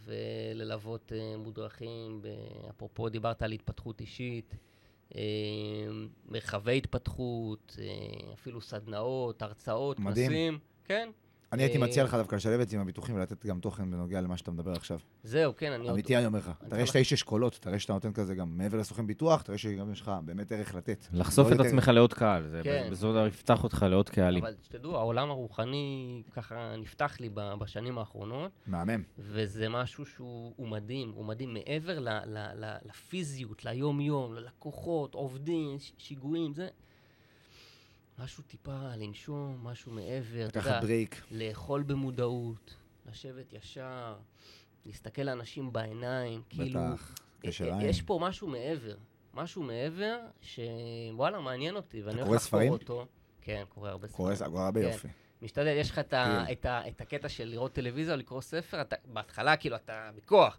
Speaker 4: וללוות אה, מודרכים. ב- אפרופו, דיברת על התפתחות אישית, אה, מרחבי התפתחות, אה, אפילו סדנאות, הרצאות,
Speaker 3: מדהים.
Speaker 4: כנסים. כן,
Speaker 3: אני הייתי
Speaker 4: אה,
Speaker 3: מציע לך דווקא לשלב את זה עם הביטוחים ולתת גם תוכן בנוגע למה שאתה מדבר עכשיו.
Speaker 4: זהו, כן, אני עוד...
Speaker 3: אמיתי אני אומר לך.
Speaker 4: אני
Speaker 3: תראה
Speaker 4: צריך
Speaker 3: שאתה איש אשכולות, תראה שאתה נותן כזה גם מעבר לסוכן ביטוח, תראה שגם יש לך באמת ערך לתת.
Speaker 2: לחשוף
Speaker 3: לא
Speaker 2: את
Speaker 3: יותר.
Speaker 2: עצמך לעוד קהל, זה
Speaker 4: כן.
Speaker 2: בזאת יפתח אותך לעוד קהלים.
Speaker 4: אבל שתדעו, העולם הרוחני ככה נפתח לי ב- בשנים האחרונות,
Speaker 3: מהמם.
Speaker 4: וזה משהו שהוא הוא מדהים, הוא מדהים מעבר ל, ל, ל, לפיזיות, ליום-יום, ללקוחות, עובדים, ש- שיגועים, זה... משהו טיפה לנשום, משהו מעבר, אתה יודע,
Speaker 3: לקחת ברייק.
Speaker 4: לאכול במודעות, לשבת ישר, להסתכל לאנשים בעיניים, כאילו...
Speaker 3: בטח. קשר
Speaker 4: אה, אה,
Speaker 3: עין.
Speaker 4: יש פה משהו מעבר, משהו מעבר שוואלה, מעניין אותי, ואני
Speaker 3: קורא
Speaker 4: הולך לחקור
Speaker 3: ספרים?
Speaker 4: אותו. כן, קורא הרבה ספרים.
Speaker 3: קורא סגורה ביופי.
Speaker 4: משתדל, יש לך את, ה,
Speaker 3: כן.
Speaker 4: את, ה, את הקטע של לראות טלוויזיה או לקרוא ספר, אתה, בהתחלה כאילו אתה בכוח,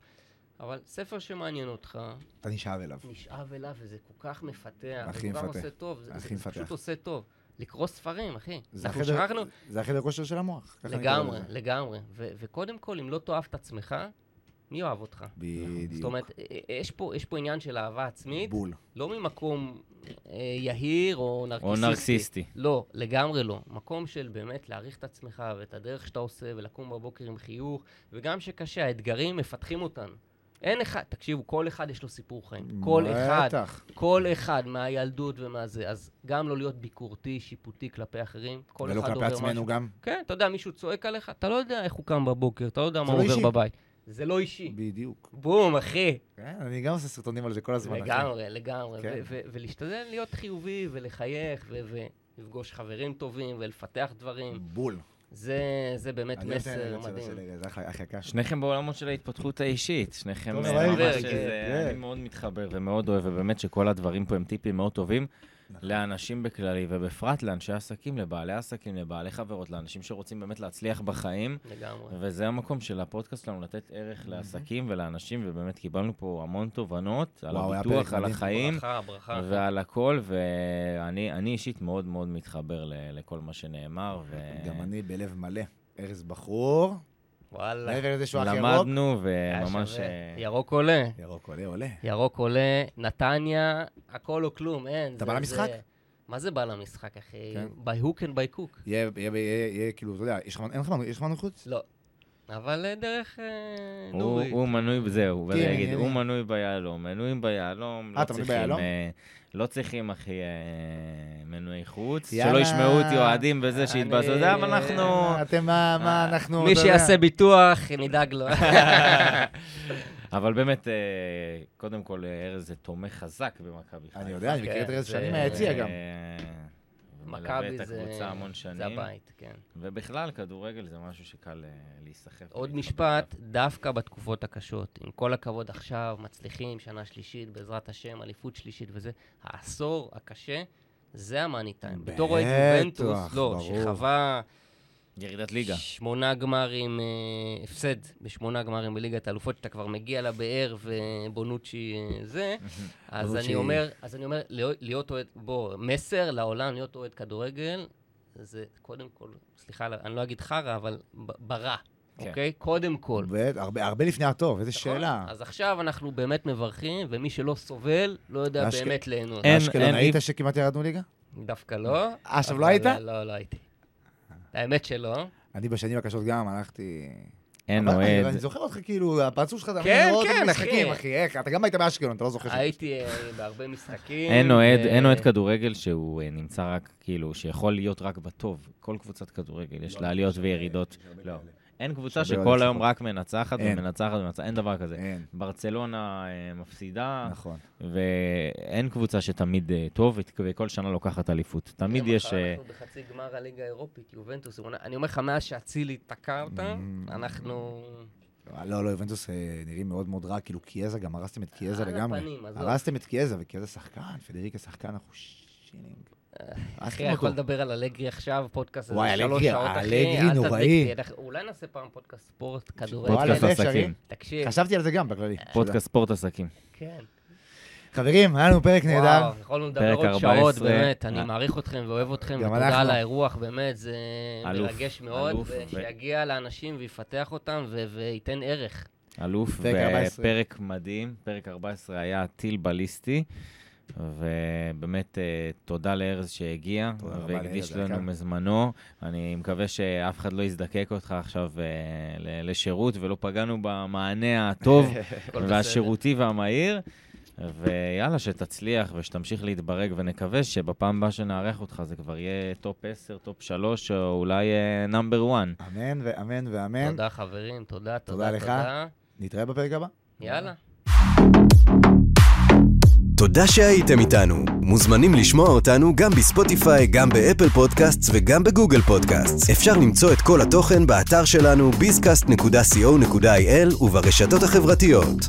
Speaker 4: אבל ספר שמעניין אותך,
Speaker 3: אתה נשאב אליו.
Speaker 4: נשאב אליו וזה כל כך מפתח,
Speaker 3: הכי
Speaker 4: זה כל כך
Speaker 3: מפתח.
Speaker 4: עושה טוב, זה,
Speaker 3: הכי
Speaker 4: זה, זה
Speaker 3: מפתח.
Speaker 4: פשוט עושה טוב. לקרוא ספרים, אחי.
Speaker 3: זה
Speaker 4: אנחנו
Speaker 3: החדר-
Speaker 4: שכחנו,
Speaker 3: זה החדר כושר של המוח. ככה אני קורא
Speaker 4: לגמרי,
Speaker 3: לזה.
Speaker 4: לגמרי. ו, וקודם כל, אם לא תאהב את עצמך, מי אוהב אותך?
Speaker 3: בדיוק.
Speaker 4: זאת אומרת, אה, אה, יש פה, יש פה עניין של אהבה עצמית,
Speaker 3: בול.
Speaker 4: לא ממקום אה, יהיר או
Speaker 2: או
Speaker 4: נרקיסיסטי.
Speaker 2: נרקסיסטי.
Speaker 4: לא, לגמרי לא. מקום של באמת להעריך את עצמך ואת הדרך שאתה עושה ולקום בבוקר עם חיוך, וגם שקשה, האתגרים מפתחים אותנו. אין אחד, תקשיבו, כל אחד יש לו סיפור חיים. כל אחד,
Speaker 3: בטח.
Speaker 4: כל אחד מהילדות ומה זה. אז גם לא להיות ביקורתי, שיפוטי כלפי אחרים. כל
Speaker 3: ולא
Speaker 4: אחד
Speaker 3: כלפי
Speaker 4: עובר
Speaker 3: עצמנו
Speaker 4: משהו.
Speaker 3: גם.
Speaker 4: כן, אתה יודע, מישהו צועק עליך, אתה לא יודע איך הוא קם בבוקר, אתה לא יודע מה
Speaker 3: לא
Speaker 4: הוא עובר
Speaker 3: אישי.
Speaker 4: בבית. זה לא אישי.
Speaker 3: בדיוק.
Speaker 4: בום, אחי.
Speaker 3: כן, אני גם עושה סרטונים על זה כל הזמן. אחי.
Speaker 4: לגמרי, לגמרי.
Speaker 3: כן.
Speaker 4: ו- ו- ולהשתדל להיות חיובי ולחייך ו- ולפגוש חברים טובים ולפתח דברים.
Speaker 3: בול.
Speaker 4: זה זה באמת
Speaker 3: אני לא רוצה- אני
Speaker 4: מסר
Speaker 3: רוצה-
Speaker 4: מדהים.
Speaker 3: רוצה- זה אחי- אחי יקר.
Speaker 2: שניכם בעולמות של ההתפתחות האישית, שניכם
Speaker 3: טוב,
Speaker 2: אה,
Speaker 3: אבל
Speaker 2: ממש
Speaker 4: כן,
Speaker 2: איזה...
Speaker 3: כן.
Speaker 2: אני מאוד מתחבר ומאוד אוהב, ובאמת שכל הדברים פה הם טיפים מאוד טובים
Speaker 3: נכון.
Speaker 2: לאנשים בכללי, ובפרט לאנשי עסקים, לבעלי עסקים, לבעלי חברות, לאנשים שרוצים באמת להצליח בחיים.
Speaker 4: לגמרי.
Speaker 2: וזה המקום של הפודקאסט שלנו, לתת ערך לעסקים ולאנשים, ובאמת קיבלנו פה המון תובנות על
Speaker 3: וואו, היה
Speaker 2: הביטוח,
Speaker 3: פרק
Speaker 2: על
Speaker 3: מדהים.
Speaker 2: החיים
Speaker 4: ברכה, ברכה.
Speaker 2: ועל הכל, ואני אני אישית מאוד מאוד מתחבר ל- לכל מה שנאמר,
Speaker 3: גם אני בלב מלא. ארז בחור.
Speaker 4: וואלה.
Speaker 3: מעבר לזה שהוא הכי ירוק.
Speaker 2: ולמדנו,
Speaker 4: היה
Speaker 2: וממש...
Speaker 4: שווה.
Speaker 2: אה,
Speaker 4: ירוק עולה.
Speaker 3: ירוק עולה עולה.
Speaker 4: ירוק עולה, נתניה, הכל או כלום, אין.
Speaker 3: אתה
Speaker 4: זה-
Speaker 3: בא למשחק?
Speaker 4: זה- מה זה בא למשחק, אחי?
Speaker 3: כן.
Speaker 4: by hook and by cook.
Speaker 3: יהיה, יהיה- יהיה יהיה כאילו, אתה יודע, יש לך- אין לך מנוי- יש לך מנוי חוץ?
Speaker 4: לא. אבל אה, דרך אה,
Speaker 2: הוא-
Speaker 4: נורית.
Speaker 2: הוא מנוי, זהו,
Speaker 3: כן,
Speaker 2: ואני אגיד,
Speaker 3: אני-
Speaker 2: הוא
Speaker 3: אני-
Speaker 2: מנוי ביהלום, מנויים ביהלום,
Speaker 3: אה,
Speaker 2: לא
Speaker 3: אתה
Speaker 2: צריכים,
Speaker 3: מנוי ביהלום?
Speaker 2: אה, לא צריכים, אחי, אה, מנועי חוץ,
Speaker 3: יאללה.
Speaker 2: שלא ישמעו אותי אוהדים וזה
Speaker 4: אני-
Speaker 2: שהתבאסו, זה, אבל אנחנו...
Speaker 3: אה, אתם מה, מה אנחנו...
Speaker 4: מי
Speaker 3: אתה יודע.
Speaker 4: שיעשה ביטוח, נדאג לו.
Speaker 2: אבל באמת, אה, קודם כל, אה, ארז זה תומך חזק במכבי חיפה.
Speaker 3: אני יודע, אני מכיר את
Speaker 4: כן,
Speaker 3: ארז
Speaker 4: זה-
Speaker 3: שנים
Speaker 4: אני
Speaker 3: מהיציע גם.
Speaker 2: אה, ומלווה
Speaker 4: מכבי
Speaker 2: את
Speaker 4: זה...
Speaker 2: הקבוצה המון
Speaker 4: זה
Speaker 2: שנים.
Speaker 4: הבית, כן.
Speaker 2: ובכלל, כדורגל זה משהו שקל אה, להיסחף.
Speaker 4: עוד
Speaker 2: ולהתחבר
Speaker 4: משפט, דווקא בתקופות הקשות, עם כל הכבוד עכשיו, מצליחים, שנה שלישית, בעזרת השם, אליפות שלישית וזה, העשור הקשה, זה המאני טיים. בתור אוהד
Speaker 3: בטוח,
Speaker 4: יובנטוס, לא,
Speaker 3: ברור.
Speaker 4: שחווה
Speaker 2: אליו. ירידת ליגה.
Speaker 4: שמונה גמרים, אה, הפסד בשמונה גמרים בליגת האלופות, שאתה כבר מגיע לבאר ובונוצ'י אה, זה, אז
Speaker 3: בונוצ'י.
Speaker 4: אני אומר, אז אני אומר, להיות- להיות אוהד, בוא, מסר לעולם להיות אוהד כדורגל, זה קודם כל, סליחה, אני לא אגיד חרא, אבל ב- ברע,
Speaker 2: כן.
Speaker 4: אוקיי? קודם כל.
Speaker 3: ו- הרבה- הרבה לפני הטוב, איזה
Speaker 4: נכון?
Speaker 3: שאלה.
Speaker 4: אז עכשיו אנחנו באמת מברכים, ומי שלא סובל, לא יודע
Speaker 3: אשכ-
Speaker 4: באמת ליהנות.
Speaker 2: אין-
Speaker 3: אשקלון, היית
Speaker 2: אי-
Speaker 3: שכמעט ירדנו ליגה?
Speaker 4: דווקא לא.
Speaker 3: אה, עכשיו לא
Speaker 4: אבל
Speaker 3: היית?
Speaker 4: לא, לא הייתי. האמת שלא.
Speaker 3: אני בשנים הקשות גם הלכתי...
Speaker 2: אין
Speaker 3: אבל אני-
Speaker 2: אוהד.
Speaker 3: אני זוכר אותך כאילו, הפרצוף שלך, אתה
Speaker 4: כן,
Speaker 3: מאוד
Speaker 4: כן,
Speaker 3: משחקים,
Speaker 4: אחי.
Speaker 3: אחי. איך, אתה גם היית באשקלון, אתה לא זוכר. ש-
Speaker 4: הייתי אה, בהרבה משחקים.
Speaker 2: אין אוהד,
Speaker 4: ו-
Speaker 2: אין אוהד כדורגל שהוא אה, נמצא רק, כאילו, שיכול להיות רק בטוב. כל קבוצת כדורגל, יש לה עליות וירידות. לא. אין קבוצה
Speaker 3: יש הרבה אוהדים
Speaker 2: שכל היום
Speaker 3: שפחות.
Speaker 2: רק מנצחת
Speaker 3: אין.
Speaker 2: ומנצחת ומנצחת, אין דבר כזה.
Speaker 3: אין,
Speaker 2: ברצלונה אה, מפסידה,
Speaker 3: נכון.
Speaker 2: ואין קבוצה שתמיד אה, טוב, ות- וכל שנה לוקחת אליפות. תמיד
Speaker 4: כן,
Speaker 2: יש...
Speaker 4: מחר
Speaker 2: אה,
Speaker 4: אנחנו בחצי גמר הליגה האירופית, יובנטוס. עונה- אני אומר לך, מאז שאצילי תקע אותה,
Speaker 3: Mm.
Speaker 4: אנחנו...
Speaker 3: לא, לא, יובנטוס אה, נראים מאוד מאוד רע, כאילו קיאזה, גם הרסתם את קיאזה
Speaker 4: על
Speaker 3: לגמרי.
Speaker 4: הפנים, עזוב.
Speaker 3: הרסתם את קיאזה, וקיאזה שחקן, פדריקה שחקן, אנחנו שילינג.
Speaker 4: אה, אחי,
Speaker 3: הרסתם
Speaker 4: אני
Speaker 3: אותו.
Speaker 4: יכול לדבר על אלגרי עכשיו, פודקאסט
Speaker 3: וואי,
Speaker 4: הזה, שלוש
Speaker 3: אלגרי,
Speaker 4: שעות, אחי.
Speaker 3: אלגרי
Speaker 4: אל תדליק
Speaker 3: נוראי.
Speaker 4: לי, אנחנו- אולי נעשה פעם פודקאסט ספורט, כדורגל.
Speaker 2: פודקאסט
Speaker 3: וואלה, אפשרי?
Speaker 2: עסקים.
Speaker 4: תקשיב,
Speaker 3: חשבתי על זה גם בכללי.
Speaker 2: פודקאסט ספורט עסקים.
Speaker 4: כן.
Speaker 3: חברים, היה לנו פרק נהדר.
Speaker 4: וואו, יכולנו לדבר
Speaker 2: פרק
Speaker 4: עוד שעות,
Speaker 2: 14.
Speaker 4: באמת, אני
Speaker 2: אה.
Speaker 4: מעריך אתכם ואוהב אתכם,
Speaker 3: גם
Speaker 4: ותודה
Speaker 3: אנחנו.
Speaker 4: על האירוח, באמת, זה
Speaker 2: אלוף,
Speaker 4: מרגש מאוד,
Speaker 2: אלוף, ו-
Speaker 4: ושיגיע לאנשים ויפתח אותם ו- וייתן ערך.
Speaker 2: אלוף,
Speaker 3: פרק 14.
Speaker 2: פרק מדהים, פרק 14 היה טיל בליסטי, ובאמת אה, תודה לארז שהגיע,
Speaker 3: תודה רבה
Speaker 2: והקדיש
Speaker 3: לארז, היקר.
Speaker 2: לנו מזמנו. אני מקווה שאף אחד לא יזדקק אותך עכשיו אה, ל- לשירות, ולא פגענו במענה הטוב
Speaker 4: הכל בסדר.
Speaker 2: והשירותי והמהיר. ויאללה, שתצליח ושתמשיך להתברג, ונקווה שבפעם הבאה שנארח אותך זה כבר יהיה טופ 10, טופ 3, או אולי אה, נאמבר 1.
Speaker 3: אמן ואמן ואמן.
Speaker 4: תודה, חברים, תודה,
Speaker 3: תודה
Speaker 4: תודה,
Speaker 3: לך.
Speaker 4: תודה.
Speaker 3: נתראה בפרק הבא.
Speaker 4: יאללה.
Speaker 1: תודה שהייתם איתנו. מוזמנים לשמוע אותנו גם בספוטיפיי, גם באפל פודקאסטס וגם בגוגל פודקאסטס. אפשר למצוא את כל התוכן באתר שלנו bizcast.co.il וברשתות החברתיות.